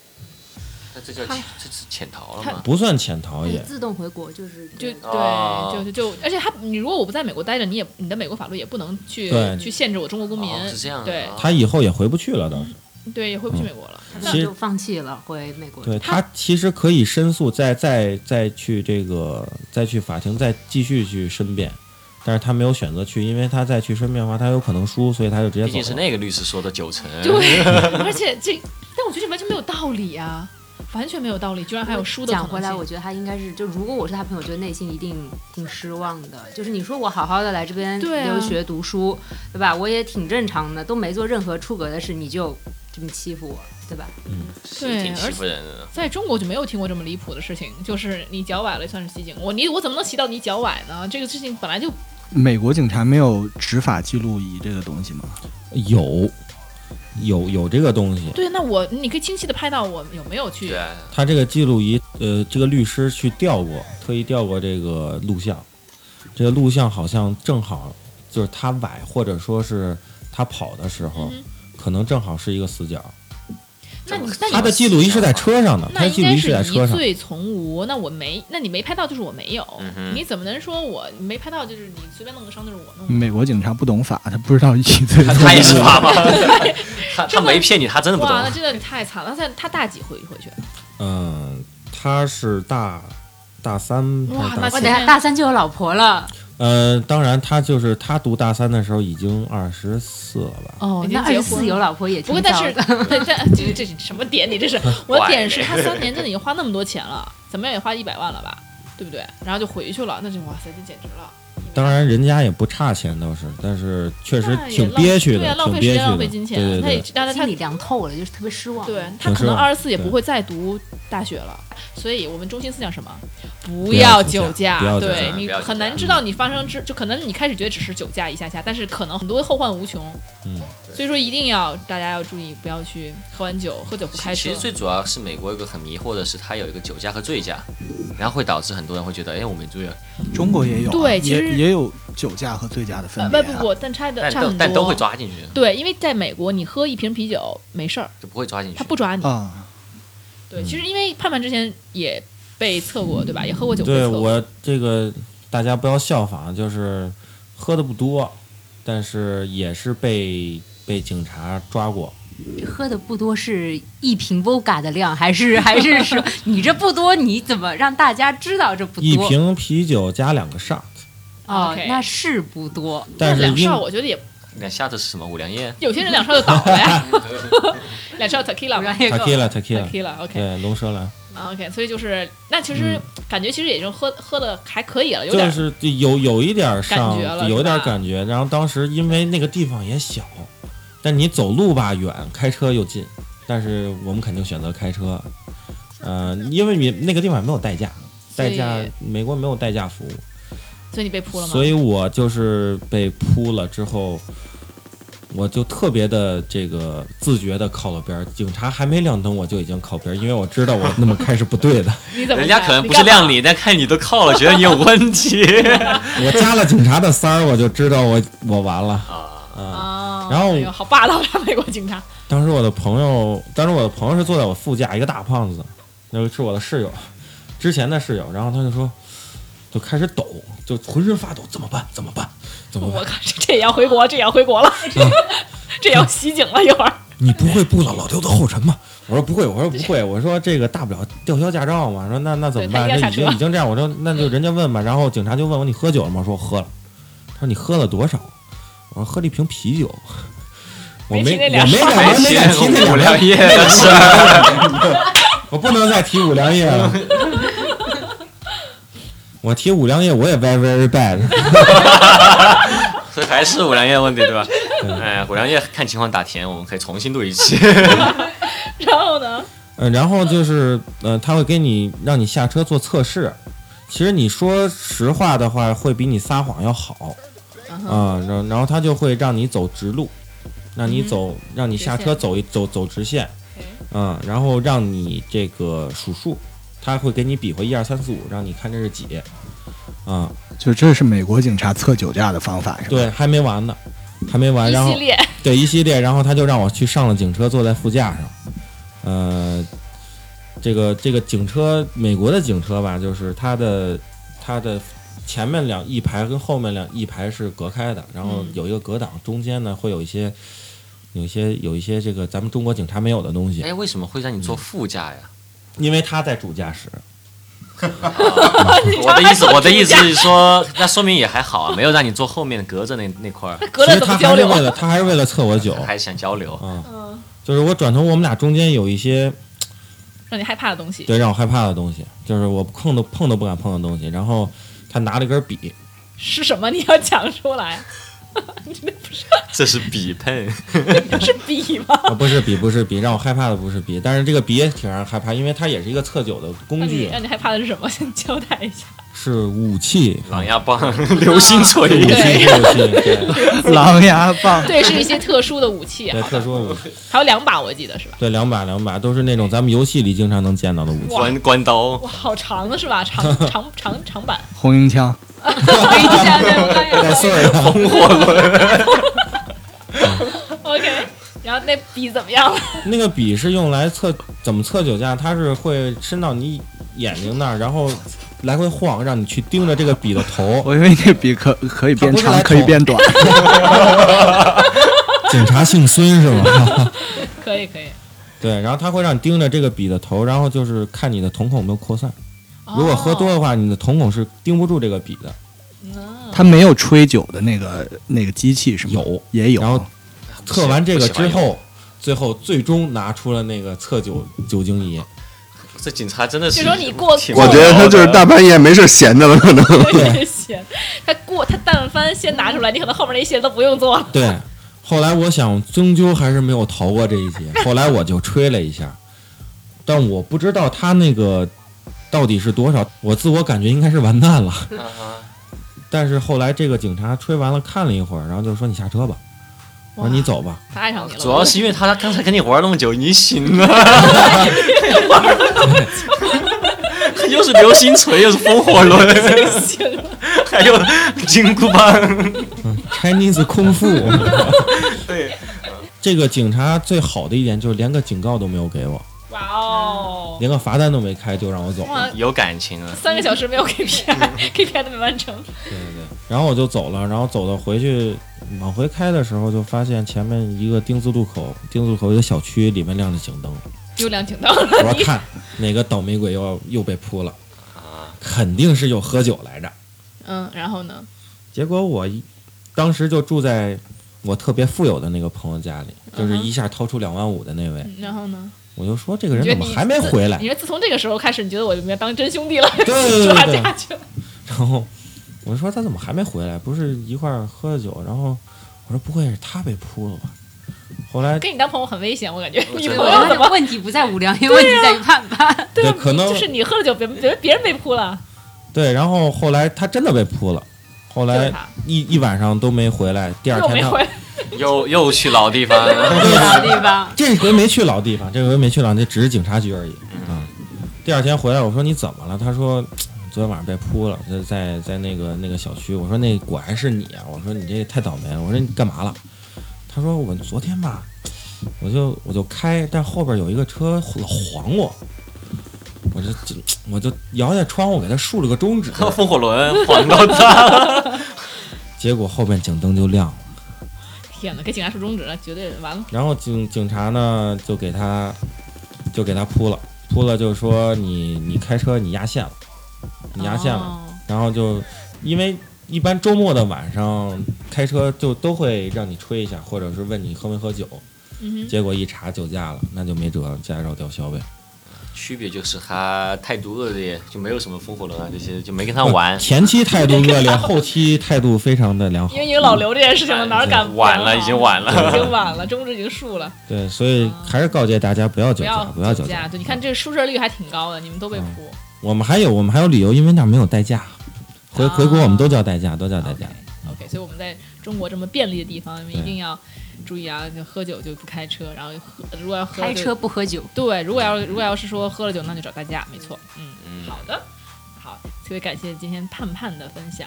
S3: 那这叫
S1: 他
S3: 这是潜逃了
S1: 他
S3: 吗？
S5: 不算潜逃哦也。
S4: 自动回国就是
S1: 就
S3: 哦
S1: 对，就就而且他你如果我不在美国待着，你也你的美国法律也不能去
S5: 对
S1: 去限制我中国公民
S3: 哦，是这样的
S1: 对
S3: 啊
S5: 他以后也回不去了，倒是。
S1: 对，也回不
S5: 嗯
S1: 去美国了。
S5: 其实
S4: 就放弃了回美国。
S5: 对他其实可以申诉，再再再去这个再去法庭再继续去申辩，但是他没有选择去，因为他再去申辩的话，他有可能输，所以他就直接
S3: 毕
S5: 走
S3: 竟是
S5: 了。
S3: 那个律师说的九成，
S1: 对，
S5: 哎
S1: <laughs> 而且这，但我觉得完全没有道理啊，完全没有道理，居然还有输的可
S4: 讲
S1: 能性。
S4: 回来，我觉得他应该是，就如果我是他朋友，我觉得内心一定挺失望的。就是你说我好好的来这边
S1: 对啊
S4: 留学读书，对吧？我也挺正常的，都没做任何出格的事，你就这么欺负我，对吧？
S3: 是挺欺负
S1: <laughs>
S3: 人的。
S1: 在中国就没有听过这么离谱的事情，就是你脚崴了算是袭警，我你我怎么能袭到你脚崴呢？这个事情本来就
S2: 美国警察没有执法记录仪这个东西吗？
S5: 有有有这个东西，
S1: 对，那我你可以清晰的拍到我有没有去
S3: 对啊，
S5: 他这个记录仪，呃，这个律师去调过，特意调过这个录像，这个录像好像正好就是他崴或者说是他跑的时候，
S1: 嗯
S5: 可能正好是一个死角。
S1: 那你
S3: 怎么
S1: 那你
S5: 他的记录仪是在车上的，他
S1: 那
S5: 的记
S1: 应
S5: 录
S1: 该
S5: 仪
S1: 是
S5: 是在车
S1: 你
S5: 上。
S1: 罪从无，那我没，那你没拍到就是我没有，
S3: 嗯哼
S1: 你怎么能说我没拍到就是你随便弄个伤就是我弄的？
S5: 嗯
S2: 美国警察不懂法，他不知道一罪
S3: 他他也是爸爸， <laughs> 他他没骗你，他真的不懂
S1: 哇，。那真的太惨了！他他大几回回去？啊
S5: 嗯，他是大大三
S1: 哇
S5: 还是
S1: 那
S5: 大
S4: 我
S5: 四
S1: 现
S4: 等
S1: 在？
S4: 下大三就有老婆了，
S5: 呃，当然，他就是他读大三的时候已经二十四了吧？
S4: 哦那
S1: 已
S4: 二
S1: 经结
S4: 十
S1: 婚
S4: 四有老婆也
S1: 不
S4: 挺
S1: 过，
S4: 早
S1: 但是
S4: 的，
S1: 但但这这是什么点？你
S3: <laughs>
S1: 这是我的点是他三年真的已经花那么多钱了，怎么样也花一百万了吧，对不对？然后就回去了，那就哇塞，这简直了！
S5: 当然，人家也不差钱，倒是，但是确实
S1: 那也
S5: 挺
S1: 浪
S5: 憋屈
S1: 对啊
S5: 的，
S1: 浪
S5: 挺
S1: 费时
S5: 憋
S1: 间，浪
S5: 屈
S1: 费
S5: 的。
S1: 金钱，
S5: 对
S1: 他也
S5: 对
S1: 但是他
S4: 心里凉透了，就是特别失望。
S1: 对他
S5: 挺
S1: 可能
S5: 失望
S1: 二十四也
S5: 对
S1: 不会再读大学了，所以我们中心思想什么？不
S5: 不要
S1: 要
S5: 酒
S1: 酒
S5: 驾不要酒
S1: 对
S5: 驾
S1: 你
S3: 不要酒
S1: 很难
S3: 驾
S1: 知道你发生之，就可能你开始觉得只是酒驾一下下，但是可能很多后患无穷。
S5: 嗯，
S1: 所以说一定要大家要注意，不要去喝完酒，喝酒不开
S3: 其
S1: 车。
S3: 实最主要是美国有一个很迷惑的是，它有一个酒驾和醉驾，然后会导致很多人会觉得，哎，我没醉啊，
S2: 中国也有啊，
S1: 对其实
S2: 也也有酒驾和醉驾的分
S1: 呃
S2: 别、
S1: 不
S2: 啊。
S1: 不不，但差的
S3: 但
S1: 差很多，
S3: 但但都会。抓进去，
S1: 对，因为在美国，你喝一瓶啤酒没事儿，
S3: 就不会抓进去。
S1: 他不抓你。
S2: 啊，
S1: 对，
S5: 嗯
S1: 其实因为盼盼之前也被测过，对吧？也喝过酒被
S5: 对
S1: 测过。
S5: 我这个大家不要效仿，啊就是喝的不多，但是也是被被警察抓过。
S4: 喝的不多是一瓶 Vodka 的量，还是还是说你这不多，你怎么让大家知道这不多？
S5: 一瓶啤酒加两个 shot，
S4: 哦
S1: OK
S4: 那是不多。
S5: 但是
S1: 两
S5: 因
S1: 哨，我觉得也
S3: 那下次是什么五粮液？
S1: 有些人两哨就倒了 <laughs> 呀，两哨 tequila 嘛
S5: tequila tequila，嗯
S1: ，tequila，OK
S5: 对龙舌兰。
S1: 啊 OK，所以就是那其实感觉其实也就喝喝的还可以了，有点
S5: 就
S1: 儿
S5: 是有有一点儿上
S1: 感觉了，
S5: 有一点儿
S1: 是吧
S5: 感觉。然后当时因为那个地方也小，但你走路吧远，开车又近。但是我们肯定选择开车，呃，因为你那个地方也没有代驾，
S1: 所
S5: 代
S1: 以
S5: 驾美国没有代驾服务，
S1: 所以你被扑了吗？
S5: 所以我就是被扑了之后，我就特别的这个自觉的靠了边儿，警察还没亮灯我就已经靠边儿，因为我知道我那么开是不对的， <laughs>
S1: 你怎么
S3: 人家
S1: 看
S3: 可能不是
S1: 干嘛
S3: 晾你，但看你都靠了，觉得你有问
S5: <laughs>
S3: 题
S5: 我加了警察的三儿，我就知道我我完了
S3: 啊。
S5: 啊。
S1: 啊，
S5: 然后
S1: 哎呦好霸道呀，美国警
S5: <laughs>
S1: 察。
S5: 当时我的朋友，当时我的朋友是坐在我副驾，一个大胖子，那个是我的室友，之前的室友。然后他就说，就开始抖，就浑身发抖，怎么办？怎么办？怎么
S1: 我
S5: 办？
S1: 靠，这这也要回国，这也要回国了，
S5: 嗯
S1: <laughs> 这也要袭警了，一会儿。
S5: 你不会步了老刘的后尘吗？我说不会，我说不会，我说这个大不了吊销驾照嘛。说那那怎么办？
S1: 对他一
S5: 这
S1: 下
S5: 已
S1: 下
S5: 经
S1: 车
S5: 已经这样，我说那就人家问吧。然后警察就问我你喝酒了吗？我说我喝了。他说你喝了多少？我说喝了一瓶啤酒。我
S1: 没
S5: 没
S1: 提那
S5: 我没
S1: 俩事
S5: 敢
S1: 儿
S5: 我没敢提那
S3: 哎五
S5: 两
S3: 粮液的事儿，
S5: 我不能再提五粮液
S1: <laughs>
S5: 了。我提五粮液，我也 very very bad。
S3: 所以还是五粮液问题对吧？
S5: 嗯
S3: 哎，五粮液看情况打甜，我们可以重新录一期。
S1: 然后呢？
S5: 呃，然后就是呃，他会给你让你下车做测试。其实你说实话的话，会比你撒谎要好
S1: 嗯哼
S5: 啊。然、后然后他就会让你走直路，让你
S1: 嗯
S5: 走，让你
S1: 直
S5: 下车
S1: 线
S5: 走一走走直线，
S1: OK
S5: 嗯，然后让你这个数数，他会给你比划一二三四五，让你看这是几。啊、
S2: 就这是美国警察测酒驾的方法，是吧？
S5: 对，还没完呢，还没完。啊然
S1: 一
S5: 后
S1: 系列
S5: 对一系列，然后他就让我去上了警车，坐在副驾上。呃，这个这个警车，美国的警车吧，就是它的它的前面两一排跟后面两一排是隔开的，然后
S1: 嗯
S5: 有一个隔挡，中间呢会有一些有一些有一些这个咱们中国警察没有的东西，
S3: 哎，为什么会让
S5: 嗯
S3: 你坐副驾呀？
S5: 因为他在主驾驶。
S3: 我的意思，我的意思是说，那说明也还好啊，没有让你坐后面隔着那那块儿，
S1: 隔
S5: 其
S1: 了
S5: 实
S1: 怎
S5: 他
S1: 么
S5: 还
S1: 交
S5: 是
S1: 流？
S5: 为了他还是为了测
S1: <laughs>
S5: 我酒，
S3: 还想交流。
S5: 啊，
S1: 嗯，
S5: 就是我转头我们俩中间有一些
S1: 让你害怕的东西。
S5: 对，让我害怕的东西，就是我碰都碰都不敢碰的东西。然后他拿了一根笔，
S1: 是什么？你要讲出来，
S3: <laughs> 这是比喷，
S5: 嗯
S1: 是笔吗？
S5: 啊，不是笔，不是笔，让我害怕的不是笔，但是这个笔也挺让人害怕，因为它也是一个测酒的工
S1: 让你
S5: 具，
S1: 让你害怕的是什么？先交代一下。
S5: 是武器，
S3: <laughs>
S5: 啊
S3: 狼牙棒、 <laughs> 流星
S5: 武器
S3: 锤，
S5: 是武器，嗯对，
S2: <laughs> 狼牙
S5: <laughs>
S2: 棒，
S1: 对，是一些特殊的武器啊
S5: 对，，特殊的武器，
S1: 还有两把我记得是吧？
S5: 对，两把两把都是那种咱们游戏里经常能见到的武器。
S3: 关关刀，
S1: 哇，好长的是吧？长
S5: <laughs>
S1: 长长长板，
S2: 红缨枪，
S1: 我一下对我看一
S5: 带穗
S1: 下。
S5: 儿的，
S1: OK，然后那笔怎么样了？
S5: 那个笔是用来测怎么测酒驾，它是会伸到你眼睛那儿，然后来回晃，让你去盯着这个笔的头。
S2: 我以为那笔可可以变
S5: 它不是来
S2: 长，可以
S5: 捅
S2: 变短。
S5: 警察姓孙是吗？
S1: 可以可以。
S5: <laughs> 对，然后他会让你盯着这个笔的头，然后就是看你的瞳孔有没有扩散。 <laughs> 如果喝多
S1: 哦，
S5: 的话，你的瞳孔是盯不住这个笔的。
S1: 嗯
S2: 它没有吹酒的那个那个机器是吗？
S5: 有
S2: 也有。
S5: 然后测完这个之
S3: 不喜欢
S5: 后，最后最终拿出了那个测酒酒精
S3: <laughs>
S5: 仪。
S3: 这警察真的是
S1: 就说你过
S3: 挺
S1: 过
S6: 我觉得他就是大半夜没事闲的了，可能。
S1: 对，写他过他但凡先拿出来，你可能后面那些都不用做了。
S5: 对，后来我想终究还是没有逃过这一
S3: <laughs>
S5: 劫。后来我就吹了一下，但我不知道他那个到底是多少，我自我感觉应该是完蛋了。
S3: 嗯
S5: 但是后来这个警察吹完了，看了一会儿，然后就说你下车吧，我
S1: 哇
S5: 说你，走吧。
S1: 他爱上你了。
S3: <laughs> 主要是因为他刚才跟你玩那么久，你醒了， <laughs> 又是流星锤，又是风火轮，
S1: 醒
S5: <laughs>
S1: 了，
S3: 还有金箍棒，
S5: Chinese 空腹。
S3: <laughs> 对，
S5: 这个警察最好的一点就是连个警告都没有给我，
S1: 哇哦，
S5: 连个罚单都没开就让我走了。
S1: 哇，
S3: <laughs> 有感情啊。
S1: 三个小时没有
S5: 嗯
S1: KPI，KPI 都没完
S5: <laughs>
S1: 成。
S5: 对对对，然后我就走了，然后走到回去往回开的时候，就发现前面一个丁字路口，丁字路口一个小区里面亮着警
S1: <laughs>
S5: 灯，
S1: 又亮警灯了，
S5: 我说看哪个倒霉鬼又要又被扑了，肯定是又喝酒来着。
S1: 嗯，然后呢？
S5: 结果我一当时就住在我特别富有的那个朋友家里，就是一下掏出两万五的那位，
S1: 嗯然后呢？
S5: 我就说这个人
S1: 你觉
S5: 怎
S1: 得
S5: 么
S1: 你
S5: 还没
S1: 自
S5: 回来
S1: 你？说自从这个时候开始，你觉得我就应该当真兄弟了，
S5: 对
S1: <laughs> 抓
S5: 对
S1: 下去了。
S5: 然后我就说他怎么还没回来？不是一块儿喝的酒？然后我说不会是他被扑了吧？后来
S1: 跟你当朋友很危险，我感觉
S3: 我
S1: 你
S3: 觉
S1: 朋
S3: 得
S4: 我觉
S1: 友
S4: 得
S1: 怎
S4: 他的
S1: 么
S4: 问题不在无 <laughs> 聊，因为问题在于判判。
S1: 对啊？
S5: 可能
S1: 就是你喝了酒，别别别人被扑了，
S5: 对，然后后来他真的被扑了，后
S1: 就是
S5: 来
S1: 他
S5: 一一晚上都没回来，第二
S1: 又
S5: 天
S1: 没
S5: 他啊
S1: 回来。
S3: 又又去老地方，
S1: 啊
S4: 地方，
S5: 这回没去老地方，这回没去老地，只是警察局而已
S1: 嗯
S5: 啊、第二天回来，我说你怎么了？他说昨天晚上被扑了，在在在那个那个小区。我说那果然是你啊！我说你这个太倒霉了。我说你干嘛了？他说我昨天吧，我就我就开，但后边有一个车老晃我，我就就我就摇下窗户给他竖了个中指，
S3: <laughs>
S1: 哦
S3: 风火轮晃到他，
S5: 结果后边警灯就亮了。
S1: <laughs> 天哪，给警察竖中指了，绝对完了。
S5: 然后警警察呢就给他就给他扑了，扑了就说你你开车你压线了，你压线了，
S1: 哦
S5: 然后就因为一般周末的晚上开车就都会让你吹一下，或者是问你喝没喝酒，
S1: 嗯哼，
S5: <laughs> 结果一查酒驾了，那就没辙，驾照吊销呗。
S3: <laughs> 区别就是他态度恶劣，就没有什么风火轮啊这些，就没跟他 <laughs> 玩。
S5: 前期态度恶劣，后期态度非常的良好
S1: 因。为你有老刘这件事情了，哪儿敢
S3: 晚了，已经晚了。
S1: <laughs> 已经晚了，中指已经竖了，
S5: 对，所以还是告诫大家不要
S1: 不
S5: 酒驾，不要酒
S1: 驾。
S5: 驾。
S1: 对，你看这个出事率还挺高的，你们都被扑。
S5: 我们还有我们还有理由，因为那儿没有代驾，回
S1: 啊
S5: 回国我们都叫代驾，都叫代驾。
S1: OK，所以我们在中国这么便利的地方，你们一
S5: 嗯对
S1: 定要注意啊，就喝酒就不开车，然后喝如果要喝
S4: 开
S1: 就
S4: 车不喝酒，
S1: 对，如果要如果要是说喝了酒，那就找代驾，没错。嗯，
S3: 嗯
S1: 好的，好，特别感谢今天盼盼的分享。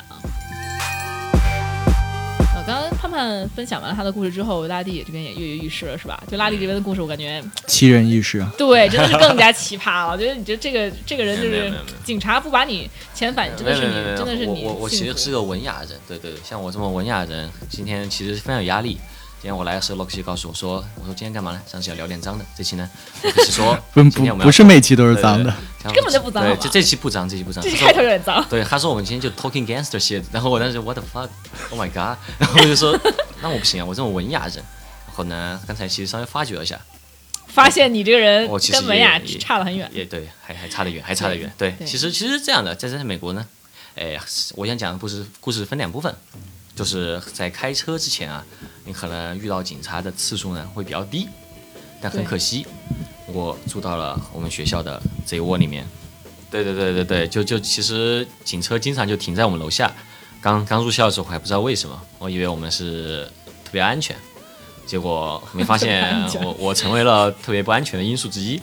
S1: 呃，刚刚盼盼分享完了他的故事之后，拉蒂这边也跃跃欲试了，是吧？就拉蒂这边的故事，我感觉
S3: 嗯
S2: 奇人异事啊。
S1: 对，真的是更加奇葩了。我觉得你这这个这个人就
S3: 没
S1: 是
S3: 有没有没有
S1: 警察不把你遣返，真
S3: 没
S1: 的是
S3: 有没
S1: 你
S3: 有没有没，有
S1: 真的是
S3: 我
S1: 你
S3: 我我其
S1: 幸
S3: 实
S1: 福
S3: 是个文雅人，对对对，像我这么文雅人，今天其实非常有压力。今天我来的时候，Loki 告诉我说，我说今天干嘛呢？上次要聊点脏的，这期呢，我就
S2: <laughs>
S3: 是说
S2: 不
S3: 今天
S2: 不
S3: 我们要
S2: 不是每期都是脏的，
S3: <laughs> 对对对
S1: 根本就不脏好
S3: 对，
S1: 吧
S3: 这这期不脏，这期不脏。
S1: 这是
S3: 他说
S1: 开头有点脏。
S3: 对，他说我们今天就 talking gangster shit，然后我当时 what the <laughs> fuck，oh my god，然后我就说那我不行啊，我这种文雅人。然后呢，刚才其实稍微发掘了一下，
S1: 发现你这个人
S3: 我其实
S1: 跟文
S3: 也
S1: 雅
S3: 也
S1: 差得很远。
S3: 也对，还还差得远，还差得远。
S1: 对
S3: 对，
S1: 对
S3: 其实其实这样的，在在美国呢，哎，我想讲的故事故事分两部分，就是在开车之前啊，你可能遇到警察的次数呢会比较低，但很
S1: 对
S3: 可惜，我住到了我们学校的贼窝里面。对对对对对，就就其实警车经常就停在我们楼下。刚刚入校的时候我还不知道为什么，我以为我们是特别安全，结果没发
S1: 特别
S3: 现
S1: 安全
S3: 我我成为了特别不安全的因素之一。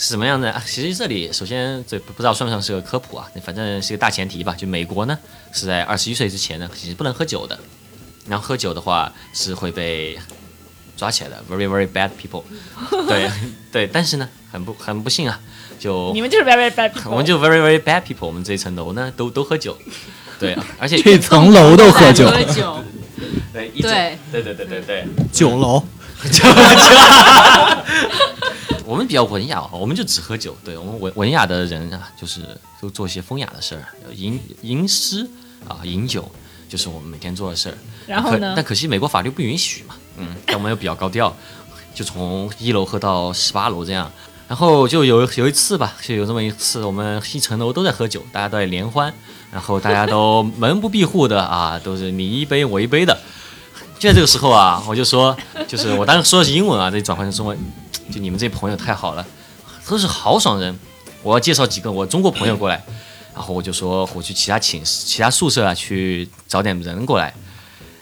S3: 是什么样的？啊其实这里首先这不不知道算不算是个科普啊，反正是个大前提吧。就美国呢是在二十一岁之前呢，其实不能喝酒的，然后喝酒的话是会被抓起来的，very very bad
S1: <laughs>
S3: people 对。对但是呢，很不很不幸啊，就
S1: 你们就是 very bad people，
S3: 我们就 very very bad people，我们这一层楼呢都都喝酒，对，
S1: <laughs>
S3: 而且
S2: 这层楼都喝酒
S4: 都，在喝酒，
S3: 对一整
S4: 对
S3: 对对对对对，
S2: 酒楼
S3: <laughs> 我们比较文雅，我们就只喝酒。对我们文文雅的人啊，就是都做一些风雅的事儿，吟吟诗啊，饮酒，就是我们每天做的事儿。
S1: 然后
S3: 可
S1: 呢
S3: 但？可惜美国法律不允许嘛，嗯，但我们又比较高调， <laughs> 就从一楼喝到十八楼这样。然后就有有一次吧，就有这么一次，我们一层楼都在喝酒，大家都在联欢，然后大家都门不闭户的啊，都是你一杯我一杯的。 <laughs> 就在这个时候啊，我就说，就是我当时说的是英文啊，这转换成中文， <clears throat> 就你们这朋友太好了，都是豪爽人，我要介绍几个我中国朋友过来。然后我就说我去其他寝室、其他宿舍啊去找点人过来。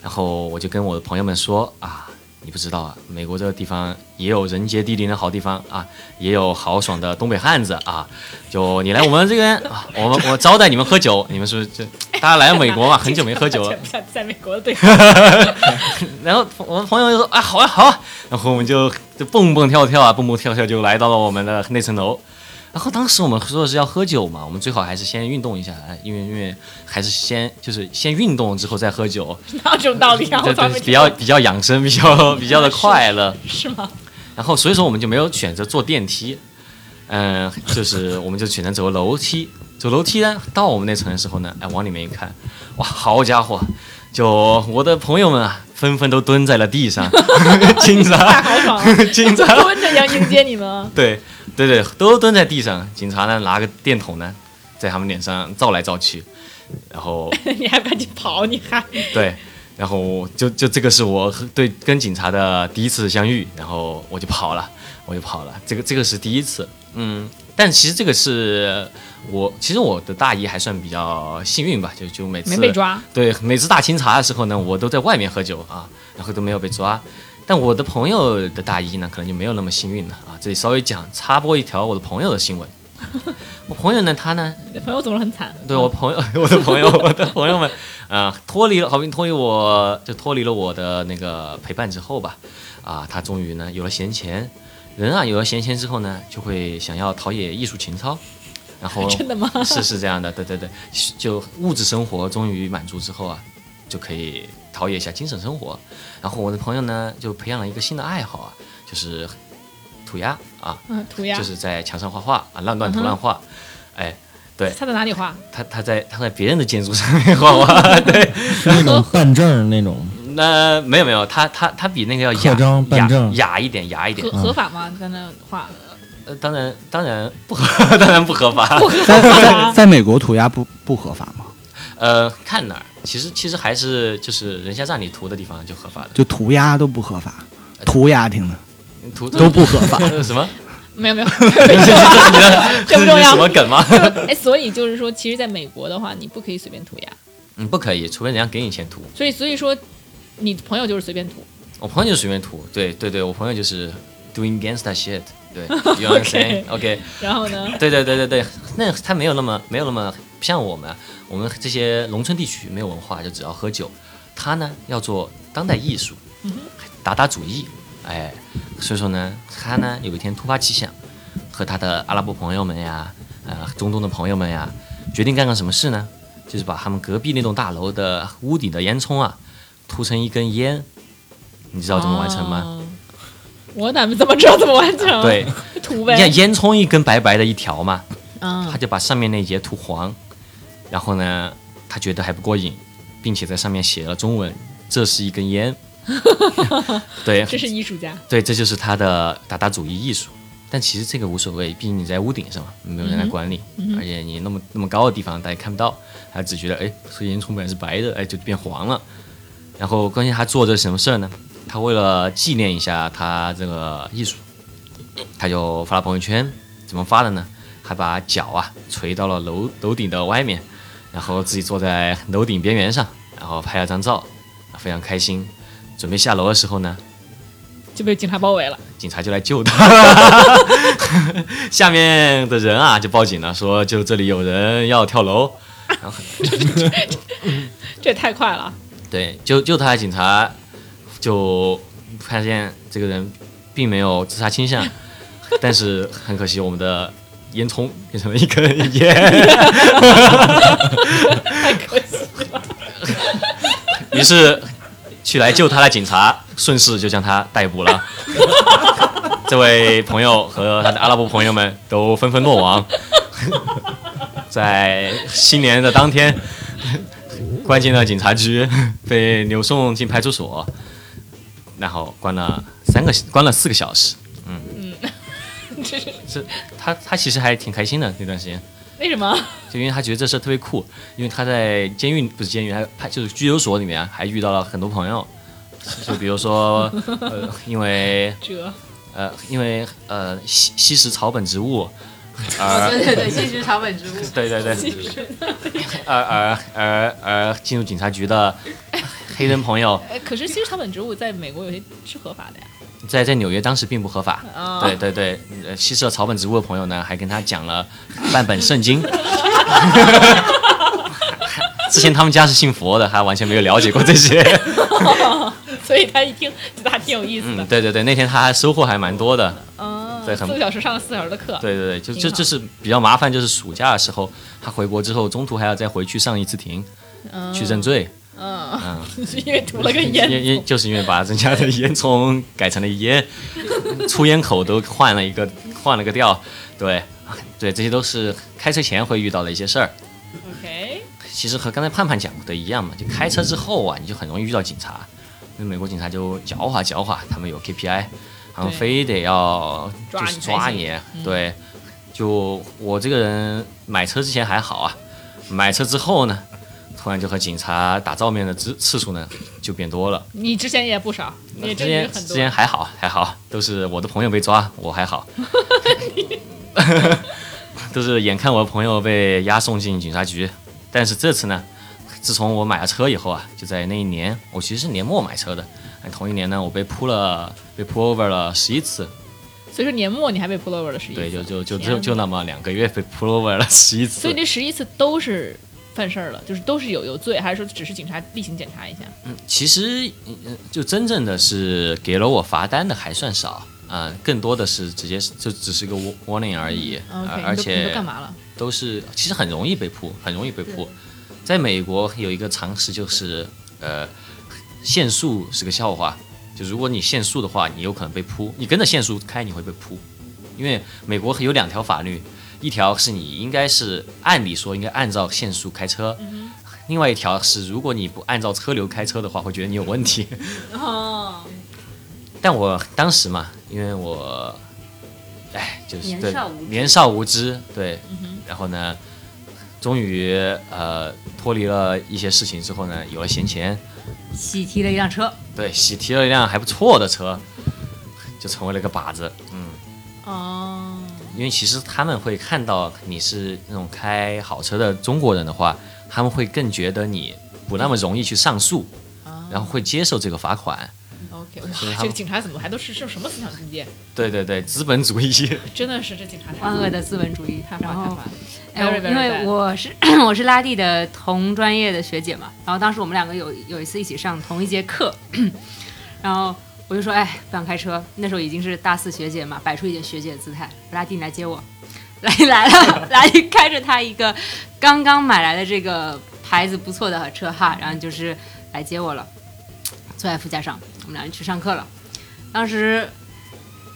S3: 然后我就跟我的朋友们说啊，你不知道啊，美国这个地方也有人杰地灵的好地方啊，也有豪爽的东北汉子啊。就你来我们这边啊，我们我招待你们喝酒，你们是不是就大家来美国嘛，很久没喝酒了，
S1: <laughs> 在在美国的对
S3: 然后我的朋友就说啊，好啊，好啊，然后我们就就蹦蹦跳跳啊，蹦蹦跳跳就来到了我们的那层楼。然后当时我们说的是要喝酒嘛，我们最好还是先运动一下，哎因为因为还是先就是先运动之后再喝酒， <laughs>
S1: 哪有这种道理啊？我
S3: 对
S1: 从来
S3: 对
S1: 没
S3: 比
S1: 听
S3: 较
S1: 过
S3: 比较养生，比较比较的快乐。
S1: 是
S3: <laughs>
S1: 吗？
S3: 然后所以说我们就没有选择坐电梯，嗯、就是我们就选择走楼梯。走楼梯呢，到我们那层的时候呢，哎，往里面一看，哇，好家伙！就我的朋友们啊，纷纷都蹲在了
S1: <laughs>
S3: 地上， <laughs> 警
S1: 大
S3: 察，
S1: 豪
S3: <laughs>
S1: 爽啊，
S3: 警
S1: 就
S3: 察，
S1: 蹲着迎迎接你们啊。
S3: 对对对，都蹲在地上。警察呢，拿个电筒呢，在他们脸上照来照去，然后
S1: <laughs> 你还不赶紧跑？你还
S3: 对，然后就就这个是我和对跟警察的第一次相遇，然后我就跑了，我就跑了，这个这个是第一次，嗯，但其实这个是我其实我的大一还算比较幸运吧，就就每次
S1: <laughs> 没被抓？
S3: 对，每次大清查的时候呢，我都在外面喝酒啊，然后都没有被抓。但我的朋友的大一呢，可能就没有那么幸运了啊。这里稍微讲插播一条我的朋友的新闻。 <laughs> 我朋友呢，他呢
S1: 你的朋友总是很惨。
S3: 对我朋友， <laughs> 我的朋友，我的朋友们，啊、脱离了，好比脱离我，就脱离了我的那个陪伴之后吧，啊，他终于呢有了闲钱，人啊有了闲钱之后呢，就会想要陶冶艺术情操，然后
S1: <laughs> 真的吗？
S3: 是是这样的，对对对，就物质生活终于满足之后啊，就可以陶冶一下精神生活。然后我的朋友呢，就培养了一个新的爱好啊，就是涂鸦啊，
S1: 嗯， <laughs> 涂鸦
S3: 就。是在墙上画画啊，乱乱涂
S1: 嗯哼
S3: 乱画，哎。对，
S1: 他在哪里
S3: <laughs>
S1: 画？
S3: 他他在他在别人的建筑上面画画，对，
S5: 是那 <laughs> 种办证儿那种，
S3: 那没有没有，他他他比那个要
S5: 刻
S3: 雅
S5: 章办
S3: 雅
S5: 证
S3: 雅一点，雅一点
S1: <laughs> 合，合法吗？在那画？
S3: 呃，当然当然不合，当然不合法。 <laughs>
S2: 在在在美国涂鸦不不合法吗？
S3: 呃，看哪儿，其实其实还是就是人家让你涂的地方就合法的，
S2: 就涂鸦都不合法，涂鸦听的
S3: 涂
S2: 都不合法。
S3: 呃什么？
S1: 没有没有， <laughs>
S3: 这
S1: 这不重
S3: 是
S1: 要
S3: 什么梗吗？ <laughs>
S1: 哎，所以就是说，其实在美国的话，你不可以随便涂鸦，
S3: 嗯，不可以，除非人家给你钱涂。
S1: 所以所以说，你朋友就是随便涂，
S3: 我朋友就是随便涂，对对对，我朋友就是 doing gangster shit，对，you know what I'm
S1: <laughs>
S3: saying？OK，、
S1: 然后呢，
S3: <laughs> 对对对对对，那他没有那么没有那么不像我们，我们这些农村地区没有文化，就只要喝酒。他呢要做当代艺术，打打主意，哎，所以说呢，他呢有一天突发奇想，和他的阿拉伯朋友们呀，呃，中东的朋友们呀，决定干个什么事呢？就是把他们隔壁那栋大楼的屋顶的烟囱啊，涂成一根烟。你知道怎么完成吗？
S1: 哦？我哪怎么知道怎么完成？，
S3: 对，
S1: 涂
S3: 你
S1: 呗
S3: 看。烟囱一根白白的一条嘛，
S1: 嗯
S3: 他就把上面那节涂黄，然后呢，他觉得还不过瘾，并且在上面写了中文：“这是一根烟。”对
S1: 这是艺术家，
S3: 对，这就是他的打打主意艺术。但其实这个无所谓，毕竟你在屋顶上嘛，没有人来管理，而且你那么那么高的地方，大家看不到。他只觉得，哎，这烟囱本来是白的，哎，就变黄了。然后关键他做这什么事儿呢？他为了纪念一下他这个艺术，他就发了朋友圈。怎么发的呢？还把脚啊垂到了楼楼顶的外面，然后自己坐在楼顶边缘上，然后拍了张照，啊非常开心。准备下楼的时候呢，
S1: 就被警察包围了。
S3: 警察就来救他。 <laughs> 下面的人啊就报警了，说就这里有人要跳楼。
S1: 这也太快了啊，
S3: 对，救救他的警察就发现这个人并没有自杀倾向，但是很可惜，我们的烟囱变成了一根烟。
S1: 太可惜了。
S3: 于是去来救他的警察顺势就将他逮捕了。这位朋友和他的阿拉伯朋友们都纷纷落网。 <laughs> 在新年的当天，关进了警察局，被扭送进派出所，然后关了三个，关了四个小时。
S1: 这是
S3: 这他他其实还挺开心的那段时间，
S1: 为 <laughs> 什么？
S3: 就因为他觉得这事儿特别酷，因为他在监狱不是监狱，还派就是拘留所里面啊还遇到了很多朋友，就比如说呃，因为
S1: 这
S3: 呃，因为呃吸吸食草本植物，
S4: 哦
S3: 而
S4: 对对对，现实草本植物。
S3: 对对对，而而而而进入警察局的黑人朋友，
S1: 哎，可是其实草本植物在美国有些是合法的呀。
S3: 在在纽约当时并不合法，
S1: 啊、
S3: 对，对对，呃吸食了草本植物的朋友呢，还跟他讲了半本圣经。 <laughs> 之前他们家是信佛的，他完全没有了解过这些。
S1: 所以他一听觉得还挺有意思
S3: 嗯，
S1: 的。
S3: 对对对，那天他还收获还蛮多的。
S1: 嗯，
S3: 对
S1: 四
S3: 很
S1: 个小时上了四个小时的课。
S3: 对对对，就
S1: 挺
S3: 就
S1: 好
S3: 就是比较麻烦，就是暑假的时候，他回国之后，中途还要再回去上一次庭
S1: 嗯，
S3: 去认罪。
S1: 嗯
S3: 嗯，
S1: 因为涂了个烟
S3: 因因
S1: 囱。
S3: 就是因为把人家的烟囱改成了烟，出烟口都换了一个换了个调。对 <laughs> 对，这些都是开车前会遇到的一些事儿。
S1: OK，
S3: 其实和刚才盼盼讲的一样嘛，就开车之后啊，你就很容易遇到警察。那美国警察就狡猾狡猾，他们有 KPI，然后
S1: 对
S3: 非得要
S1: 抓
S3: 就是
S1: 你才
S3: 抓
S1: 行嗯
S3: 你。啊对，就我这个人买车之前还好啊，买车之后呢，突然就和警察打照面的次次数呢就变多了。
S1: 你之前也不少，你也
S3: 呃之
S1: 真是
S3: 前
S1: 很
S3: 之
S1: 多
S3: 前。还好还好，都是我的朋友被抓，我还好。 <laughs> 都是眼看我的朋友被押送进警察局，但是这次呢，自从我买了车以后啊，就在那一年，我其实是年末买车的，哎同一年呢，我被扑了，被 pull over 了十一次，
S1: 所以说年末你还被 pull over 了十一次，
S3: 对，就就就
S1: 天
S3: 就就
S1: 哪
S3: 那么两个月被 pull over 了十一
S1: 所以
S3: 次，
S1: 这十一次都是犯事儿了，就是都是有有罪，还是说只是警察例行检查一下？
S3: 其实嗯就真正的是给了我罚单的还算少。啊、更多的是直接是就只是个 warning 而已，
S1: 嗯 OK，你都
S3: 而呃而
S1: 你
S3: 且
S1: 都干嘛了？
S3: 都是其实很容易被扑，很容易被扑。在美国有一个常识就是，呃，限速是个笑话。就如果你限速的话，你有可能被扑，你跟着限速开，你会被扑。因为美国有两条法律，一条是你应该是按理说应该按照限速开车，另外一条是如果你不按照车流开车的话，会觉得你有问题。
S1: 哦，
S3: 但我当时嘛，因为我，哎，就是
S4: 年
S3: 对
S4: 少无知
S3: 年少无知，对，
S1: 嗯哼，
S3: 然后呢，终于呃脱离了一些事情之后呢，有了闲钱，
S4: 喜提了一辆车，
S3: 对，喜提了一辆还不错的车，就成为了个靶子，嗯，
S1: 哦，
S3: 因为其实他们会看到你是那种开好车的中国人的话，他们会更觉得你不那么容易去上诉，
S4: 嗯
S1: 啊
S3: 然后会接受这个罚款。
S1: OK，
S3: 所以
S1: 哇，
S3: 他
S1: 这
S3: 们
S1: 个警察怎么还都是是什么思想境界？
S3: 对对对，资本主义，
S1: 真的是这警察太
S4: 万恶的资本主义。
S1: 太坏
S4: 然
S1: 太坏，
S4: 后
S1: 了。
S4: 哎我
S1: Very, very
S4: 因为
S1: bad
S4: 我是 <clears throat> 我是拉蒂的同专业的学姐嘛，然后当时我们两个有有一次一起上同一节课，然后我就说，哎，不想开车，那时候已经是大四学姐嘛，摆出一点学姐的姿态，拉蒂你来接我， <laughs> 拉蒂来了， <laughs> 拉蒂开着他一个刚刚买来的这个牌子不错的车哈，然后就是来接我了，坐在副驾上，我们俩人去上课了，当时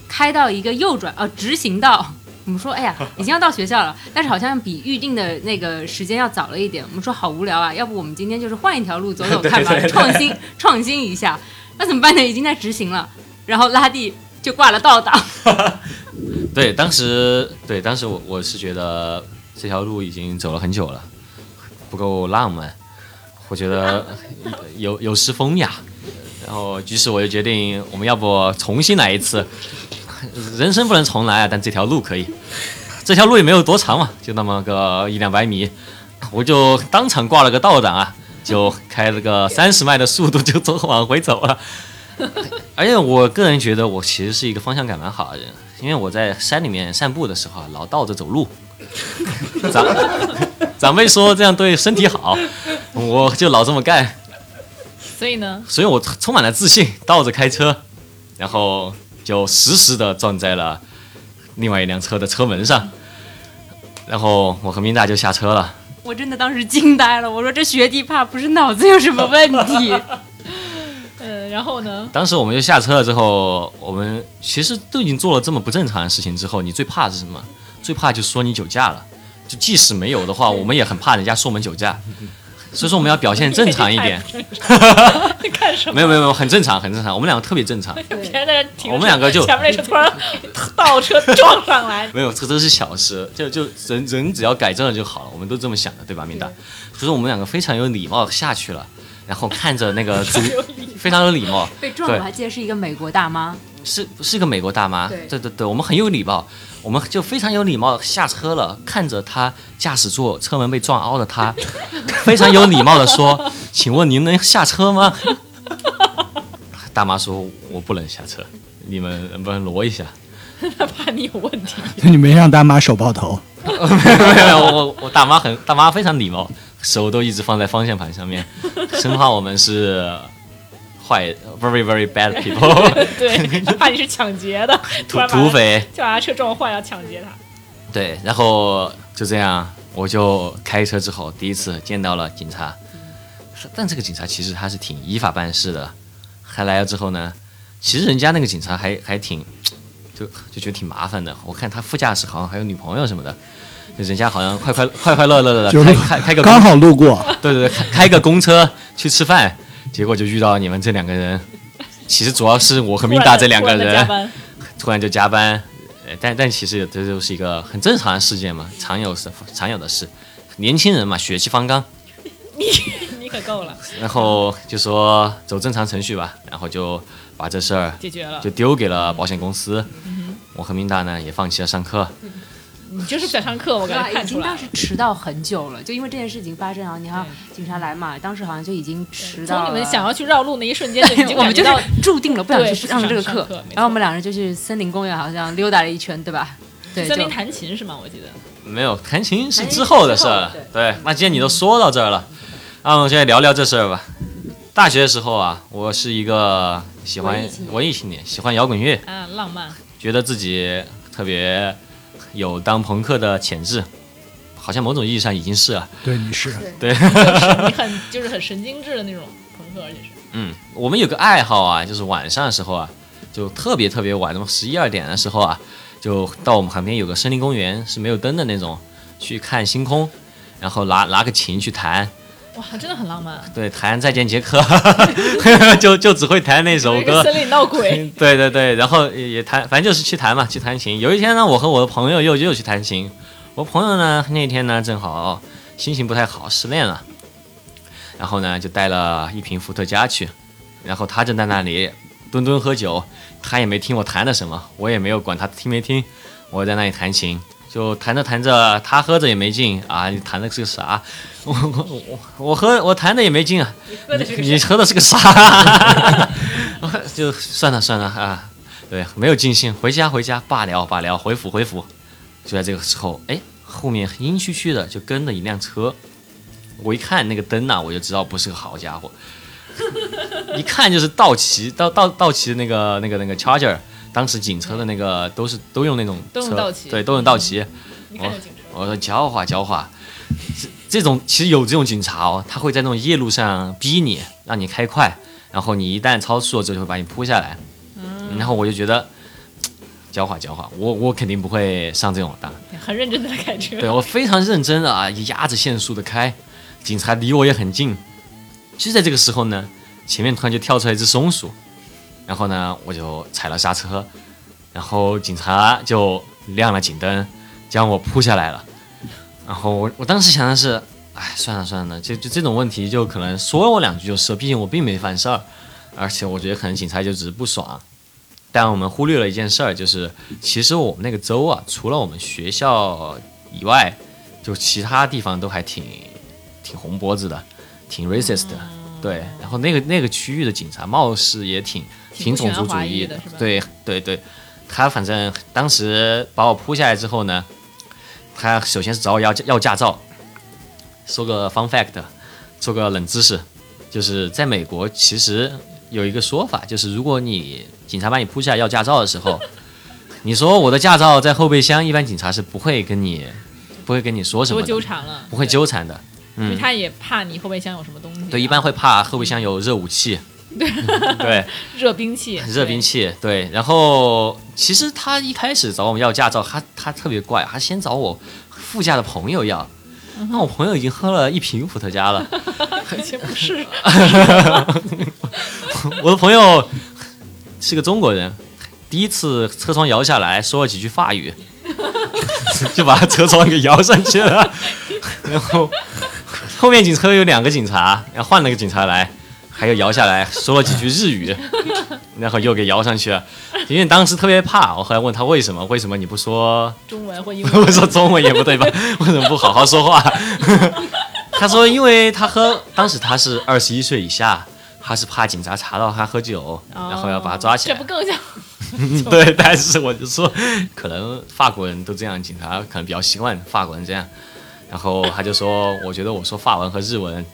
S4: 开到一个右转，呃，直行道。我们说，哎呀，已经要到学校了，但是好像比预定的那个时间要早了一点。我们说好无聊啊，要不我们今天就是换一条路走走看吧，创新创新一下。那怎么办呢？已经在执行了，然后拉蒂就挂了倒档。 <laughs>
S3: 对，当时对当时我我是觉得这条路已经走了很久了，不够浪漫，我觉得有有失风雅，然后于是我就决定，我们要不重新来一次，人生不能重来啊，但这条路可以，这条路也没有多长嘛，就那么个一两百米，我就当场挂了个倒档啊，就开了个三十迈的速度就走往回走了。而且我个人觉得，我其实是一个方向感蛮好的人，因为我在山里面散步的时候啊，老倒着走路。长 <laughs> 长辈说这样对身体好，我就老这么干，
S1: 所以呢，
S3: 所以我充满了自信，倒着开车，然后就实时的撞在了另外一辆车的车门上，然后我和明大就下车了。
S4: 我真的当时惊呆了，我说这学弟怕不是脑子有什么问题？
S1: 呃，然后呢？
S3: 当时我们就下车了之后，我们其实都已经做了这么不正常的事情之后，你最怕的是什么？最怕就说你酒驾了。就即使没有的话，我们也很怕人家说我们酒驾，所以说我们要表现 <laughs> 正常一点。
S1: 干什么？
S3: 没有没有没有，很正常很正常，我们两个特别正常。
S1: 别人在这停着车，
S3: 我们两个就
S1: 前面那车突然倒车撞上来，
S3: 没有，这都是小事，就就人人只要改正了就好了，我们都这么想的，对吧，明达？所以说我们两个非常有礼貌地下去了，然后看着那个主，非 <laughs> 常有礼貌，
S4: 被撞了，我还记得是一个美国大妈，
S3: 是是个美国大妈，
S4: 对
S3: 对对对，我们很有礼貌，我们就非常有礼貌地下车了，看着她驾驶座车门被撞凹的她，非常有礼貌的说：“ <laughs> 请问您能下车吗？” <laughs> 大妈说：“我不能下车，你们能不能挪一下 <laughs>
S1: 他怕你有问题。
S2: <laughs> 你没让大妈手抱头，？”
S3: 没有，我我大妈很大妈非常礼貌，手都一直放在方向盘上面，生怕我们是坏 very very bad people <laughs>
S1: 对，他怕你是抢劫的，突
S3: 土
S1: 然把
S3: 土匪。
S1: 就把他车撞坏了，抢劫他。
S3: 对，然后就这样，我就开车之后第一次见到了警察，但这个警察其实他是挺依法办事的。他来了之后呢，其实人家那个警察还还挺，就就觉得挺麻烦的。我看他副驾驶好像还有女朋友什么的，就人家好像快快快快乐 <laughs> 乐
S2: 就
S3: 的
S2: 是
S3: 开开开个公
S2: 刚好路过，
S3: 对对对，开开个公车去吃饭，结果就遇到你们这两个人。其实主要是我和
S1: 突
S3: 明
S1: 然
S3: 达
S1: 地
S3: 这两
S1: 突
S3: 个
S1: 然地
S3: 人
S1: 加，班
S3: 突然就加班，呃但但其实这就是一个很正常的事件嘛，常有事，常有的事。年轻人嘛，血气方刚，
S1: 你可够了，
S3: 然后就说走正常程序吧，然后就把这事儿
S1: 解决了
S3: 就。丢给了保险公司。我和明大呢也放弃了上课，
S1: 你就是不想上课，我
S4: 对
S1: 刚
S4: 吧？
S1: 才
S4: 已
S1: 看出
S4: 经
S1: 来
S4: 当
S1: 了。
S4: 时迟到很久了，就因为这件事情发生，啊然后你还要警察来嘛，当时好像就已经迟到
S1: 从
S4: 了。啊
S1: 你们想要去绕路那一瞬间，就已经
S4: <laughs> 我们
S1: 感觉
S4: 就是
S1: 到
S4: 注定了不想
S1: 对
S4: 去
S1: 不
S4: 上
S1: 想
S4: 这个
S1: 上
S4: 课
S1: 课没，
S4: 然后我
S1: 错
S4: 们两人就去森林公园，好像溜达了一圈，对吧？对，
S1: 森
S4: 就
S1: 林弹琴是吗？我记得
S3: 没有弹琴是之后的事儿
S4: 弹琴是。
S3: 对，那既然你都说到这儿了，那我们现在聊聊这事儿吧。大学的时候啊，我是一个喜欢
S4: 文艺青年
S3: 文艺青年，喜欢摇滚乐，
S1: 啊，浪
S3: <laughs>
S1: 漫。
S3: 觉得自己特别有当朋克的潜质，好像某种意义上已经是了。
S2: 对，你是
S1: 你很就是很神经质的那种朋克，而且是
S3: 嗯，我们有个爱好啊，就是晚上的时候啊，就特别特别晚，那么十一二点的时候啊，就到我们旁边有个森林公园，是没有灯的那种，去看星空，然后拿拿个琴去弹，
S1: 哇，真的很浪漫啊。
S3: 对，谈再见杰克， <laughs> 就就只会弹那首
S1: 一个
S3: 歌。
S1: 森林闹
S3: <laughs>
S1: 鬼，
S3: 对对对，然后也也弹，反正就是去弹嘛，去弹琴。有一天呢，我和我的朋友又又去弹琴，我朋友呢那天呢正好心情不太好，失恋了，然后呢就带了一瓶伏特加去，然后他正在那里蹲蹲喝酒，他也没听我弹的什么，我也没有管他听没听，我在那里弹琴。就弹着弹着，他喝着也没劲啊！你弹的是个啥？ <laughs> 我我我我喝我弹的也没劲啊！
S1: 喝的是个
S3: 你
S1: 啥？
S3: 喝的是个啥？ <laughs> 就算了算了啊，对，没有尽兴，回家回家罢了罢了，回府回府。就在这个时候，哎，后面阴黢黢的就跟着一辆车，我一看那个灯呐、我就知道不是个好家伙，一看就是道奇，道道道奇的那个那个那个 Charger，当时警车的那个都是都用那种
S1: 都用
S3: 车
S1: 道奇嗯
S3: 对，都用道奇。
S1: 你看这警车，
S3: 我说狡猾狡猾，这这种其实有这种警察哦，他会在那种夜路上逼你，让你开快，然后你一旦超速了之后就会把你扑下来。然后我就觉得嘖狡猾狡猾，我我肯定不会上这种当。
S1: 你很认真的开车，
S3: 对我非常认真的啊，压着限速的开，警察离我也很近。就在这个时候呢，前面突然就跳出来一只松鼠，然后呢，我就踩了刹车，然后警察就亮了警灯，将我扑下来了。然后我我当时想的是，哎，算了算了，就就这种问题就可能说我两句就是了，毕竟我并没犯事儿，而且我觉得可能警察就只是不爽。但我们忽略了一件事儿，就是其实我们那个州啊，除了我们学校以外，就其他地方都还挺挺红脖子的，挺 racist 的。
S1: 嗯
S3: 对，然后那个那个区域的警察貌似也挺
S1: 挺
S3: 挺
S1: 不喜
S3: 种
S1: 欢
S3: 族主
S1: 华裔
S3: 义
S1: 的是吧
S3: 对对对，他反正当时把我扑下来之后呢，他首先是找我要要驾照。说个 fun fact，做个冷知识，就是在美国其实有一个说法，就是如果你警察把你扑下来要驾照的时候， <laughs> 你说我的驾照在后备箱，一般警察是不会跟你不会跟你说什
S1: 多
S3: 么的，
S1: 纠缠了，
S3: 不会纠缠的。
S1: 对，因为
S3: 嗯
S1: 他也怕你后备箱有什么东西啊，
S3: 对，一般会怕后备箱有热武器。 <laughs> 对，
S1: 热兵器，
S3: <laughs> 热兵器。对，然后其实他一开始找我们要驾照，他他特别怪，他先找我副驾的朋友要。那我朋友已经喝了一瓶伏特加了，
S1: 对，而且不
S3: <laughs>
S1: 是，
S3: 我的朋友是个中国人，第一次车窗摇下来，说了几句法语， <laughs> 就把车窗给摇上去了。然后后面警车有两个警察，然后换了个警察来，还有摇下来说了几句日语，然后又给摇上去了。因为当时特别怕，我后来问他为什么，为什么你不说
S1: 中文或英
S3: <laughs> 我
S1: 文，
S3: 说中文也不对吧？ <laughs> 为什么不好好说话？ <laughs> 他说，因为他喝，当时他是二十一岁以下，他是怕警察查到他喝酒，
S1: 哦
S3: 然后要把他抓起
S1: 这
S3: 来
S1: 不。更像？
S3: 对， <laughs> 但是我就说，可能法国人都这样，警察可能比较习惯法国人这样。然后他就说，我觉得我说法文和日文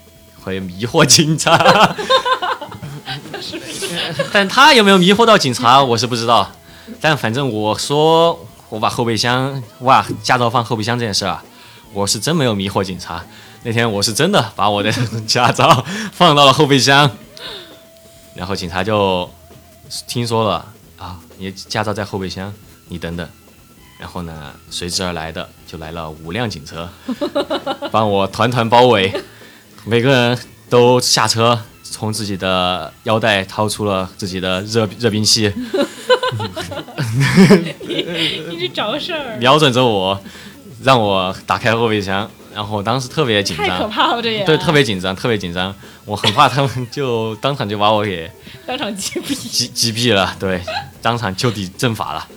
S3: 会迷惑警察。但他有没有迷惑到警察，我是不知道。但反正我说，我把后备箱哇驾照放后备箱这件事啊，我是真没有迷惑警察。那天我是真的把我的 <laughs> 驾照放到了后备箱，然后警察就听说了啊，你驾照在后备箱，你等等。然后呢，随之而来的就来了五辆警车， <laughs> 把我团团包围，每个人都下车，从自己的腰带掏出了自己的热热兵器， <laughs>
S1: 你这找事儿，
S3: 瞄准着我，让我打开后备箱。然后我当时特别紧
S1: 太可
S3: 张，
S1: 怕了，这也
S3: 对，特别紧张，特别紧张，我很怕他们就当场就把我给
S1: 当场击毙，
S3: 击击毙了，对，当场就地正法了。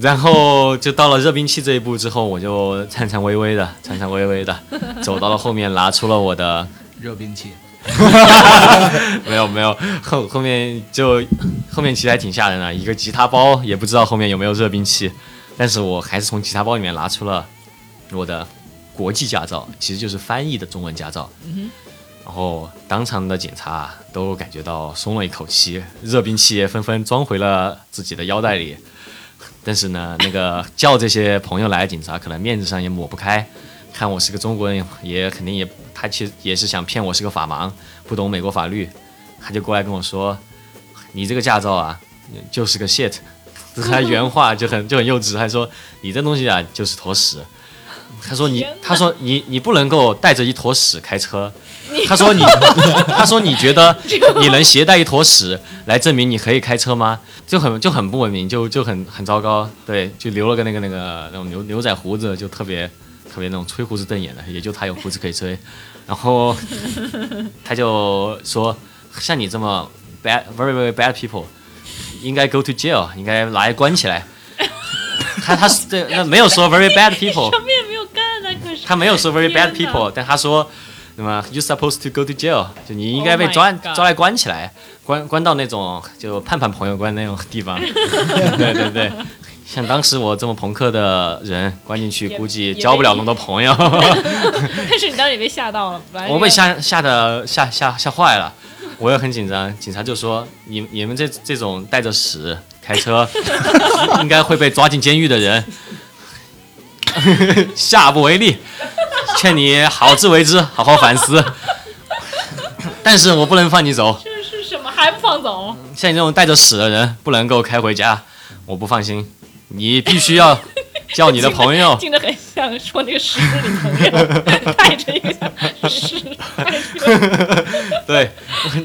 S3: 然后就到了热兵器这一步之后，我就颤颤巍巍的、颤颤巍巍的走到了后面，拿出了我的
S2: 热兵器，
S3: <laughs> 没有没有后后面就后面其实还挺吓人的，一个吉他包也不知道后面有没有热兵器，但是我还是从吉他包里面拿出了我的国际驾照，其实就是翻译的中文驾照。然后当场的警察都感觉到松了一口气，热兵器也纷纷装回了自己的腰带里。但是呢，那个叫这些朋友来的警察可能面子上也抹不开，看我是个中国人，也肯定也他其实也是想骗我是个法盲，不懂美国法律，他就过来跟我说：“你这个驾照啊，就是
S1: <laughs>
S3: 个 <laughs> shit。”这是他原话就很就很幼稚，还说：“你这东西啊，就是坨屎。”他说你
S1: 天哪，
S3: 他说你，你不能够带着一坨屎开车。他说你， <laughs> 他说你觉
S1: <laughs>
S3: 得你能携带一坨屎来证明你可以开车吗？就很就很不文明，就就很很糟糕。对，就留了个那个那个那种牛牛仔胡子，就特别特别那种吹胡子瞪眼的，也就他有胡子可以吹。然后他就说，像你这么 bad very very bad people，应该 go to jail，应该拿来关起来。他他是对，那没有说 very bad <laughs> people，
S1: 什么也没有干呢，可是
S3: 他没有说 very bad
S1: 天哪
S3: people，但他说，那么 you supposed to go to jail，就你应该被
S1: Oh my
S3: 抓
S1: God
S3: 抓来关起来，关关到那种就盼盼朋友关那种地方。对对对，像当时我这么朋克的人，关进去
S1: 也
S3: 估计
S1: 也
S3: 交
S1: 被
S3: 不了那么多朋友。
S1: 但是你当时也被吓到了，哎本来
S3: 我被
S1: 要
S3: 吓吓得吓吓吓坏了，我也很紧张。警察就说：“你你们这这种带着屎开车， <laughs> 应该会被抓进监狱的人， <laughs> 下不为例，劝你好自为之，好好反思。 <laughs> 但是我不能放你走，
S1: 这是什么还不放走？
S3: 像你这种带着屎的人不能够开回家，我不放心。你必须要叫你的
S1: <laughs>
S3: 朋友
S1: 听着很像说那个十字里朋
S3: <laughs>
S1: 友带着一个像十带着一个
S3: 对，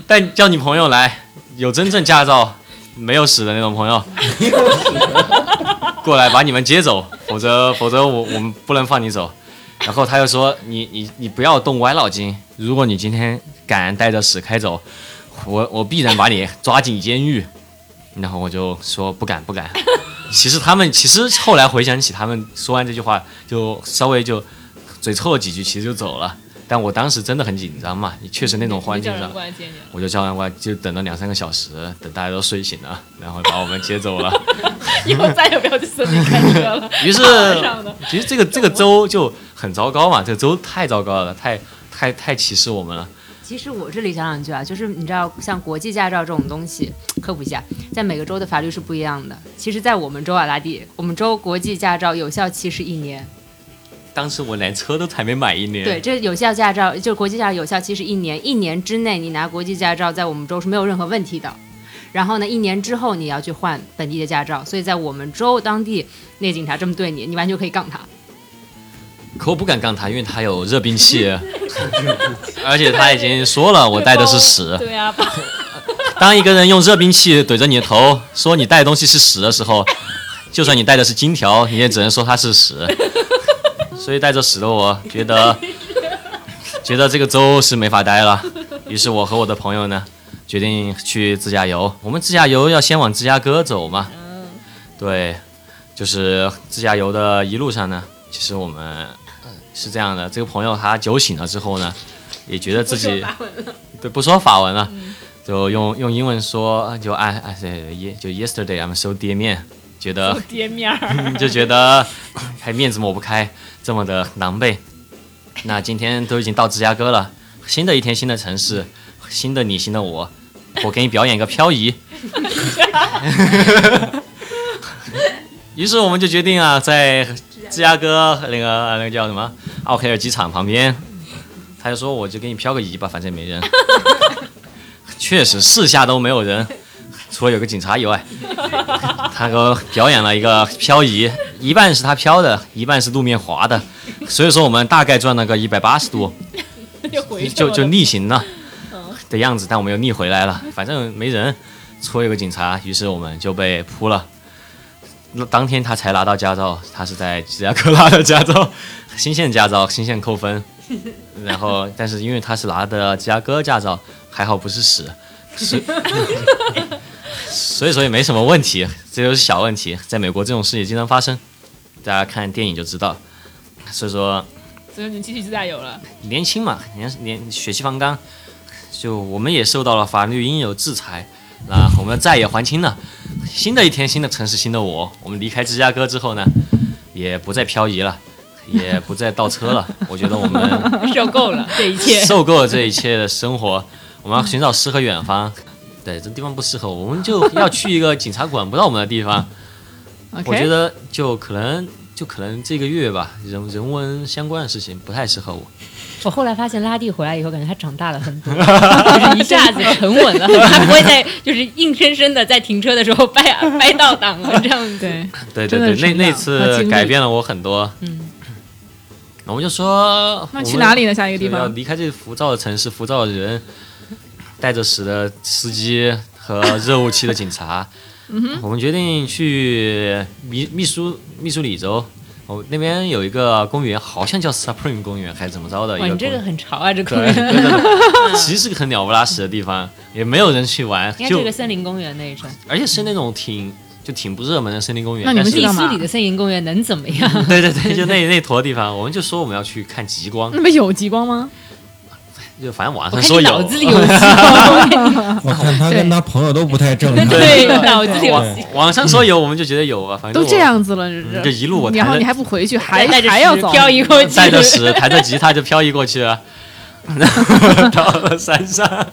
S3: 但叫你朋友来，有真正驾照没有死的那种朋友，过来把你们接走，否则否则我我们不能放你走。然后他又说，你你你不要动歪脑筋，如果你今天敢带着屎开走，我我必然把你抓进监狱。然后我就说不敢不敢。其实他们其实后来回想起，他们说完这句话就稍微就嘴臭了几句，其实就走了。但我当时真的很紧张嘛，确实那种环境
S1: 叫人
S3: 上，
S1: 过来接 <laughs> 你了，
S3: 我就叫完外就等了两三个小时，等大家都睡醒了，然后把我们
S1: <laughs>
S3: 接走了。
S1: 以后再也不要去森林开车了。
S3: 于是
S1: 马上的，
S3: 其实这个这个州就很糟糕嘛，这个州太糟糕了，太太太歧视我们了。
S4: 其实我这里讲两句啊，就是你知道，像国际驾照这种东西，科普一下，在每个州的法律是不一样的。其实，在我们州啊，拉蒂，我们州国际驾照有效期是一年。
S3: 当时我连车都还没买一年，
S4: 对，，这有效驾照就是国际驾照有效期是一年，一年之内你拿国际驾照，在我们州是没有任何问题的。然后呢，一年之后你要去换本地的驾照，所以在我们州当地那警察这么对你，你完全可以杠他。
S3: 可我不敢杠他，因为他有热
S1: <laughs>
S3: 兵器， <laughs> 而且他已经说了，我带的是屎。
S1: 对啊，把
S3: 当一个人用热兵器怼着你的头，说你带的东西是屎的时候，就算你带的是金条，你也只能说它是 <laughs> 屎。所以带着屎的我觉 <laughs> 得，觉得这个州是没法待了。于是我和我的朋友呢，决定去自驾游。我们自驾游要先往芝加哥走嘛。对，就是自驾游的一路上呢，其实我们呃是这样的，这个朋友他酒醒了之后呢，也觉得自己对不说法文了。就用用英文说，就哎哎对，耶就 yesterday I'm so 跌面，觉得
S1: 跌面儿，
S3: 就觉得还面子抹不开，这么的狼狈。那今天都已经到芝加哥了，新的一天，新的城市，新的你，新的我，我给你表演一个漂移。于是我们就决定啊，在芝加哥那个那个叫什么奥克尔机场旁边，他就说我就给你漂个移吧，反正也没人。 <laughs> 确实四下都没有人，除了有个警察以外。他给我表演了一个漂移，一半是他飘的，一半是路面滑的，所以说我们大概转了个一百八十度，
S1: 就回去
S3: <laughs> 就
S1: 了嗯
S3: 就逆行了的样子，但我们又逆回来了，反正没人，除了有个警察，于是我们就被扑了。那当天他才拿到驾照，他是在芝加哥拿的驾照，新县驾照，新县扣分。然后，但是因为他是拿的芝加哥驾照，还好不是屎，
S1: <laughs>
S3: 所以所以说也没什么问题，这都是小问题。在美国这种事也经常发生，大家看电影就知道。所以说，
S1: 所以你继续自驾游了。
S3: 年轻嘛，年年血气方刚，就我们也受到了法律应有制裁，那我们债也还清了。新的一天，新的城市，新的我，我们离开芝加哥之后呢，也不再漂移了，也不再倒车了。 <laughs> 我觉得我们
S1: 受够了这一 <laughs> 切，
S3: 受够了这一切的生活，我们要寻找诗和远方。对，这地方不适合我，我们就要去一个警察管不到我们的地方。我觉
S1: OK
S3: 得就可能就可能这个月吧，人人文相关的事情不太适合我。
S7: 我后来发现拉蒂回来以后，感觉他长大了很多，一下子沉稳了，他不会再就是硬生生的在停车的时候掰啊掰倒档了这样子。
S1: 对，
S3: 对对
S1: 真的
S3: 对，
S1: 是
S3: 那
S1: 这样
S3: 那
S1: 和经
S3: 次
S1: 历
S3: <clears throat> 改变了我很多。嗯，然后我就说，
S1: 那去哪里呢？下一
S3: 这
S1: 个地
S3: 要
S1: 方？
S3: 离开这浮躁的城市、浮躁的人，带着屎的司机和热雾期的警察。
S1: <laughs> 嗯
S3: 我们决定去密密苏密苏里州，哦，那边有一个公园，好像叫 Supreme 公园还是怎么着的一
S7: 哇，
S3: 个
S7: 你
S3: 公
S7: 这个
S3: 园。
S7: 很潮啊，这公
S3: 对，
S7: 园。
S3: 真的其实是个很鸟不拉屎的地方，也没有人去玩，
S7: 应该是
S3: 就
S7: 个森林公园那一种，
S3: 而且是那种挺就挺不热门的森林公园。
S1: 那你们
S3: 但是
S1: 去
S7: 密
S1: 干
S7: 苏
S1: 嘛
S7: 里的森林公园能怎么样？
S1: <laughs>
S3: 对对对，就那那坨地方，我们就说我们要去看极光，
S1: 那不有极光吗？
S3: 就反正
S7: 我
S3: 网上
S7: 看
S3: 说
S7: 你
S3: 有，
S7: 脑子里有鸡毛，
S5: 我看他跟他朋友都不太正 <laughs> 常。
S7: 对，
S1: 对
S7: 脑子里有鸡毛。
S3: 网上说有，我们就觉得有啊，反正
S1: 都
S3: 我
S1: 这样子了，
S3: 嗯这一路我
S1: 然后
S3: 弹
S1: 你
S3: 着
S1: 还不回去，还
S7: 带着
S1: 还要
S7: 屎
S1: 走，
S7: 漂移过去，
S3: <laughs> 带着屎弹着吉他就漂移过去了， <laughs> 到了山上，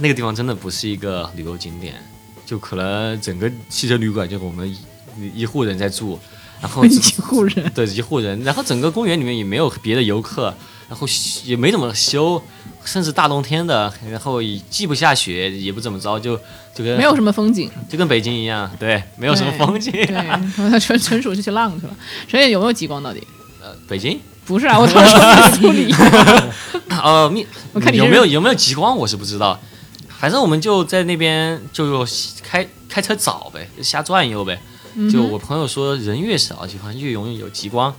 S3: 那个地方真的不是一个旅游景点，就可能整个汽车旅馆就我们一一户人在住，然后
S1: 一户人。
S3: 对一户人，然后整个公园里面也没有别的游客，然后也没怎么修。甚至大冬天的，然后也既不下雪，也不怎么着，就就跟
S1: <laughs> 没有什么风
S3: <laughs>
S1: 景，
S3: 就跟北京一样，对，没有什么
S1: 对
S3: 风景、
S1: 对，他纯纯属是去浪去了。所以有没有极光到底？
S3: 呃，北京
S1: 不是啊，
S3: <laughs>
S1: 我当时说密苏里，
S3: 呃，密
S1: 我看你
S3: 有
S1: 是
S3: 没有有没有极光，我是不知道。反正我们就在那边就开开车找呗，就瞎转悠呗。
S1: 嗯
S3: 就我朋友说，人越少的地方越容易有极光。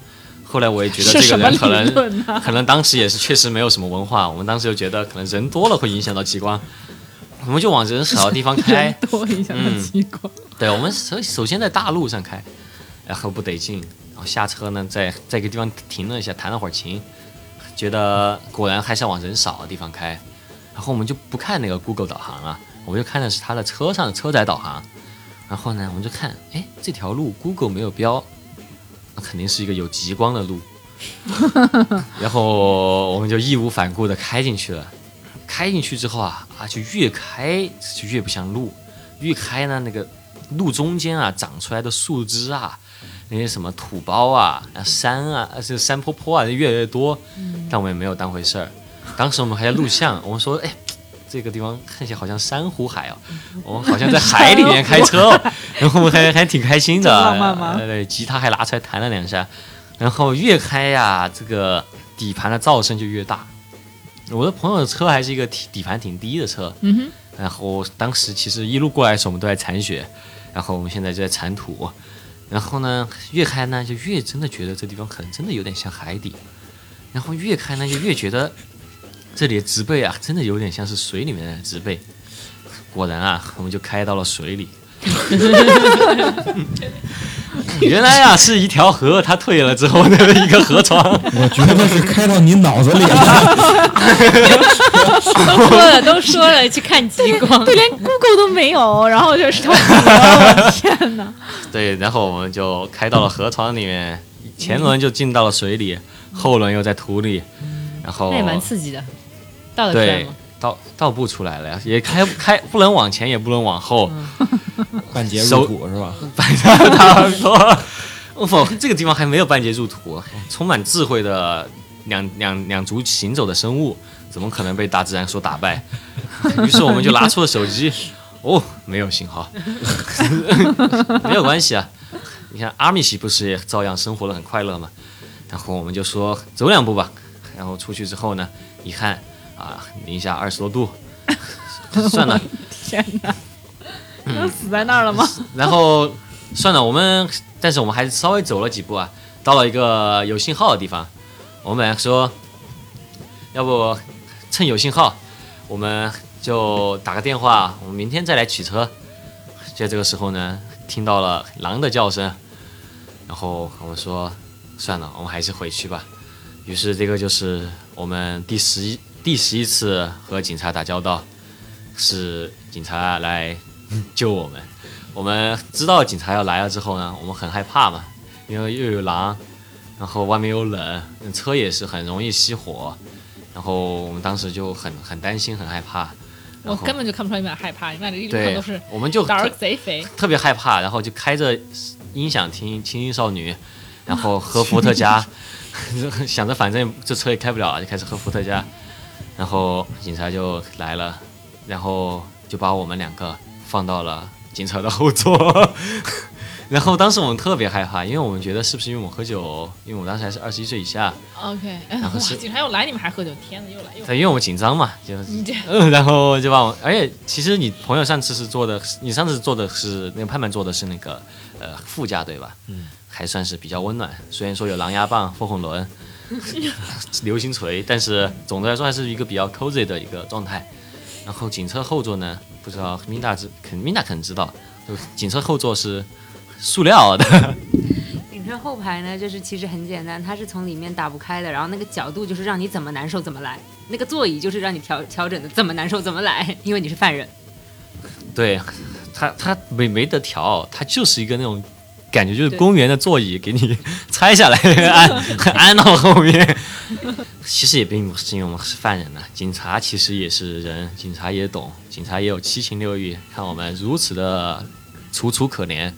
S3: 后来我也觉得
S1: 是
S3: 这
S1: 什
S3: 个
S1: 么
S3: 人可
S1: 理
S3: 能
S1: 论呢？
S3: 可能当时也是确实没有什么文化，我们当时就觉得可能人多了会影响到极光，我们就往人少的地方开
S1: 人。多一下
S3: 哎嗯
S1: 极光，
S3: <laughs> 对，我们首首先在大路上开，然后不得劲，然后下车呢，在在一个地方停了一下，弹了会儿琴，觉得果然还是要往人少的地方开，然后我们就不看那个 Google 导航了，我们就看的是他的车上的车载导航，然后呢，我们就看，哎，这条路 Google 没有标，那肯定是一个有极光的路，然后我们就义无反顾的开进去了。开进去之后啊啊，就越开就越不像路，越开呢那个路中间啊长出来的树枝啊，那些什么土包啊、啊山啊、啊这山坡坡啊，越来越多。但我们也没有当回事儿。当时我们还在录像，我们说，哎，这个地方看起来好像珊瑚海哦，我们好像在海里面开车、哦，然后我还还挺开心的，
S1: 这么浪漫吗
S3: 呃对，吉他还拿出来弹了两下，然后越开呀、这个底盘的噪声就越大。我的朋友的车还是一个底底盘挺低的车，
S1: 嗯哼，
S3: 然后当时其实一路过来的时候，我们都在铲雪，然后我们现在就在铲土。然后呢，越开呢就越真的觉得这地方可能真的有点像海底，然后越开呢就越觉得这里的植被啊真的有点像是水里面的植被。果然啊，我们就开到了水里。原来啊是一条河，它退了之后的一个河床。
S5: 我觉得是开到你脑子里了。
S7: 都说了，都说了，去看极光。
S1: 对，连 <laughs> Google 都没有，然后就是他， <laughs> 我天 <laughs> 哪！
S3: 对，然后我们就开到了河床里面，前轮就进到了水里，后轮又在土里，然后
S7: 那也蛮刺激的。到了
S3: 对
S7: 这吗？，
S3: 倒倒不出来了呀，也开开不能往前，也不能往后，
S5: 半截
S3: 手
S5: 入股是吧？
S3: <laughs> 反正他说，哦，这个地方还没有半截入土，充满智慧的两两两足行走的生物，怎么可能被大自然所打败？ <laughs> 于是我们就拿出了手机， <laughs> 哦，没有信号， <laughs> 没有关系啊。你看阿米奇不是也照样生活的很快乐吗？然后我们就说走两步吧，然后出去之后呢，一看啊，零下二十多度，算了，
S1: 天哪！要死在那儿了吗？
S3: 然后算了，我们但是我们还是稍微走了几步啊，到了一个有信号的地方。我们本来说，要不趁有信号，我们就打个电话，我们明天再来取车。在这个时候呢，听到了狼的叫声，然后我们说算了，我们还是回去吧。于是这个就是我们第十一第十一次和警察打交道，是警察来救我们。我们知道警察要来了之后呢，我们很害怕嘛，因为又有狼，然后外面又冷，车也是很容易熄火，然后我们当时就很很担心，很害怕。
S1: 嗯我
S3: 然后
S1: 根本就看不出来你们俩害怕，你们俩这一路上
S3: 对
S1: 都是，
S3: 我们就
S1: 胆儿
S3: 特
S1: 贼肥，
S3: 特别害怕，然后就开着音响听《青音少女》，然后喝伏特加，想着反正这车也开不了了，就开始喝伏特加。然后警察就来了，然后就把我们两个放到了警车的后座， <laughs> 然后当时我们特别害怕，因为我们觉得是不是因为我们喝酒，因为我当时还是二十一岁以下，
S1: OK，哎
S3: 然
S1: 哇
S3: 后，是
S1: 警察又来，你们还喝酒？天哪，又来又来！
S3: 对，因为我们紧张嘛，就是
S1: 你这
S3: 嗯， <laughs> 然后就把我，而且其实你朋友上次是坐的，你上次坐的是那个盼盼坐的是那个呃副驾对吧？嗯，还算是比较温暖，虽然说有狼牙棒、风火轮、 <laughs> 流星锤，但是总的来说还是一个比较 cozy 的一个状态。然后警车后座呢，不知道米娜知肯米娜肯知道，就警车后座是塑料的，
S4: 警车后排呢，就是其实很简单，它是从里面打不开的，然后那个角度就是让你怎么难受怎么来，那个座椅就是让你调调整的怎么难受怎么来，因为你是犯人。
S3: 对，它它没没得调，它就是一个那种感觉，就是
S1: 对
S3: 公园的座椅给
S1: <laughs>
S3: 你 <laughs> 拆下来安安到后面。其实也并不是因为我们是犯人呐、警察其实也是人，警察也懂，警察也有七情六欲。看我们如此的楚楚可怜，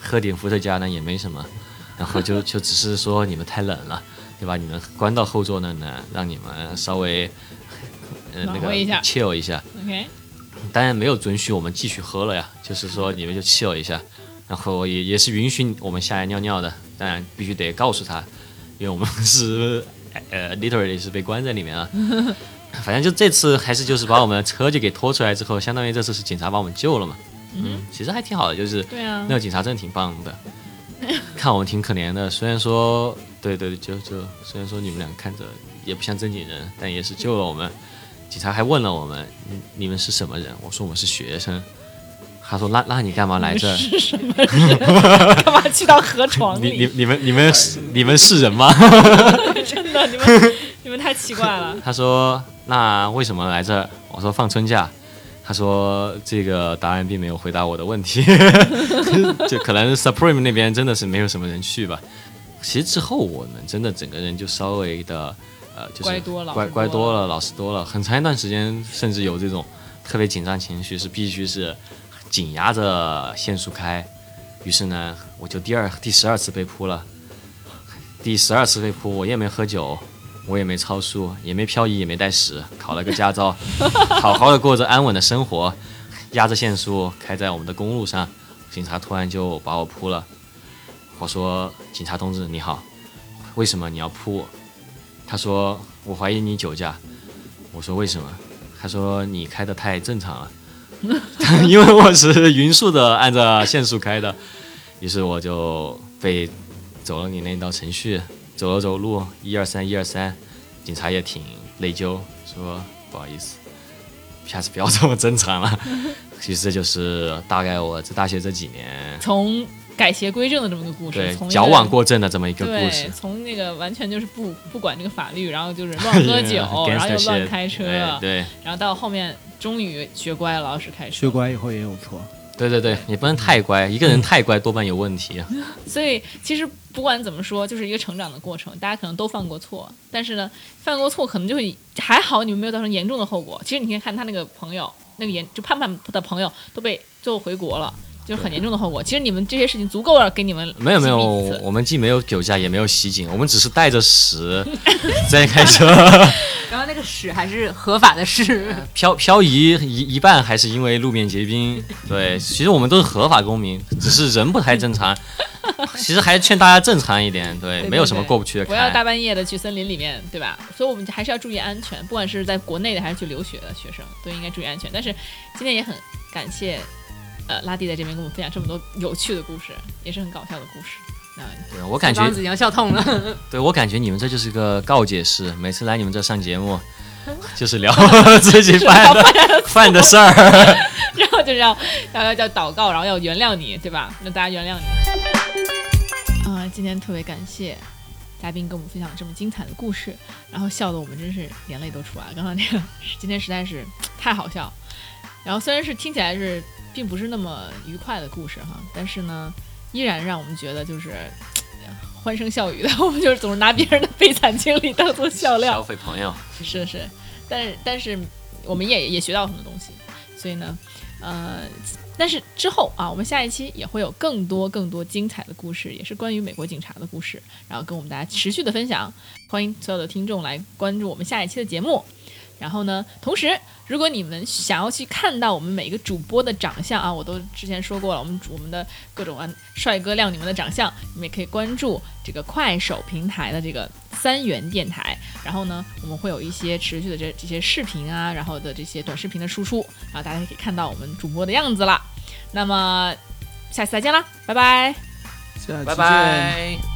S3: 喝点伏特加呢也没什么，然后就 <laughs> 就只是说你们太冷了，对吧？你们关到后座那呢，让你们稍微。呃，那
S1: 暖
S3: 个
S1: 和一下
S3: chill 一下，
S1: OK，
S3: 当然没有准许我们继续喝了呀，就是说你们就 chill 一下，然后也也是允许我们下来尿尿的，当然必须得告诉他，因为我们是 <laughs> 呃 literally 是被关在里面啊。反正就这次还是就是把我们车就给拖出来之后，相当于这次是警察把我们救了嘛。嗯，其实还挺好的，就是
S1: 对啊
S3: 那，个警察真的挺棒的，看我们挺可怜的。虽然说，对对，就就虽然说你们俩看着也不像正经人，但也是救了我们。警察还问了我们，你你们是什么人？我说我们是学生。他说：“那那你干嘛来这儿？
S1: 是什么人？干嘛去到河
S3: <laughs>
S1: 床
S3: 你你
S1: 里？
S3: 你们你们是你们是人吗？”
S1: <laughs> 真的，你
S3: <laughs>
S1: 们你们太奇怪 <laughs> 了。
S3: 他说：“那为什么来这儿？”我说：“放春假。”他说：“这个答案并没有回答我的问题， <laughs> 就可能 Supreme 那边真的是没有什么人去吧。”其实之后我们真的整个人就稍微的，呃，就是
S1: 乖多了
S3: 乖
S1: 老实
S3: 乖
S1: 多
S3: 多了，老实多了。很长一段时间，甚至有这种特别紧张情绪，是必须是紧压着限速开。于是呢，我就第二第十二次被扑了，第十二次被扑，我也没喝酒，我也没超速，也没漂移，也没带屎，考了个驾照， <laughs> 好好的过着安稳的生活，压着限速开在我们的公路上，警察突然就把我扑了。我说：“警察同志你好，为什么你要扑我？”他说：“我怀疑你酒驾。”我说：“为什么？”他说：“你开的太正常了， <laughs> 因为我是匀速的按照限速开的。”于是我就被走了你那道程序，走了走路，一二三一二三，警察也挺内疚，说不好意思，下次不要这么正
S1: <laughs>
S3: 常了。其实这就是大概我这大学这几年
S1: 从改邪归正的这么个故
S3: 对
S1: 事，从一个
S3: 矫枉过正的这么一个故
S1: 对
S3: 事，。
S1: 从那个完全就是不不管这个法律，然后
S3: <laughs>
S1: 就是乱喝酒，然后又
S3: Gangster
S1: 乱
S3: shit，
S1: 开车，
S3: 哎对
S1: 然后到后面终于学乖了，老实开车。
S2: 学乖以后也有错，
S3: 对对对，你不能
S1: <laughs>
S3: 太乖，一个人太乖多半有问题。
S1: 所以其实不管怎么说，就是一个成长的过程，大家可能都犯过错，但是呢，犯过错可能就会还好，你们没有造成严重的后果。其实你可以看他那个朋友，那个严就盼盼的朋友都被最后回国了。就是很严重的后果。其实你们这些事情足够了，给你们
S3: 没有
S1: <laughs>
S3: 没有，
S1: 激励一次
S3: 我们既没有酒驾，也没有袭警，我们只是带
S1: <laughs>
S3: 着屎在开车。
S4: 然后那个屎还是合法的屎，
S3: 漂漂移一一半还是因为路面结冰，对，其实我们都是合法公民，只是人不太正常。 <laughs> 其实还劝大家正常一点，对，
S1: 对
S3: 没有什么过不去的
S1: 不要
S3: 坎。
S1: 大半夜的去森林里面，对吧？所以我们还是要注意安全，不管是在国内的还是去留学的学生，都应该注意安全。但是今天也很感谢，呃，拉蒂在这边跟我们分享这么多有趣的故事，也是很搞笑的故事。那
S3: 对我 <laughs> 感觉
S4: 庄，子已经笑痛了。
S3: 对我感觉你们这就是个告解式，每次来你们这上
S1: <laughs>
S3: 节目，就是聊 <laughs> 自己犯的犯的事儿。
S1: 然后就是要要要要祷告，然后要原谅你，对吧？让大家原谅你。啊、今天特别感谢嘉宾跟我们分享这么精彩的故事，然后笑得我们真是眼泪都出来了。刚刚那个今天实在是太好笑，然后虽然是听起来是并不是那么愉快的故事哈，但是呢，依然让我们觉得就是欢声笑语的， <laughs> 我们就是总是拿别人的悲惨经历当做笑料
S3: 消。费朋友，
S1: <laughs> 是是，但是但是我们也也学到很多东西，所以呢，呃，但是之后啊，我们下一期也会有更多更多精彩的故事，也是关于美国警察的故事，然后跟我们大家持续的分享。欢迎所有的听众来关注我们下一期的节目。然后呢，同时如果你们想要去看到我们每个主播的长相啊，我都之前说过了，我们主我们的各种啊帅哥靓女们的长相，你们也可以关注这个快手平台的这个三元电台。然后呢，我们会有一些持续的这这些视频啊，然后的这些短视频的输出，然后大家可以看到我们主播的样子了。那么下次再见啦，拜拜。
S2: 下期
S3: 拜
S2: 见
S3: 拜。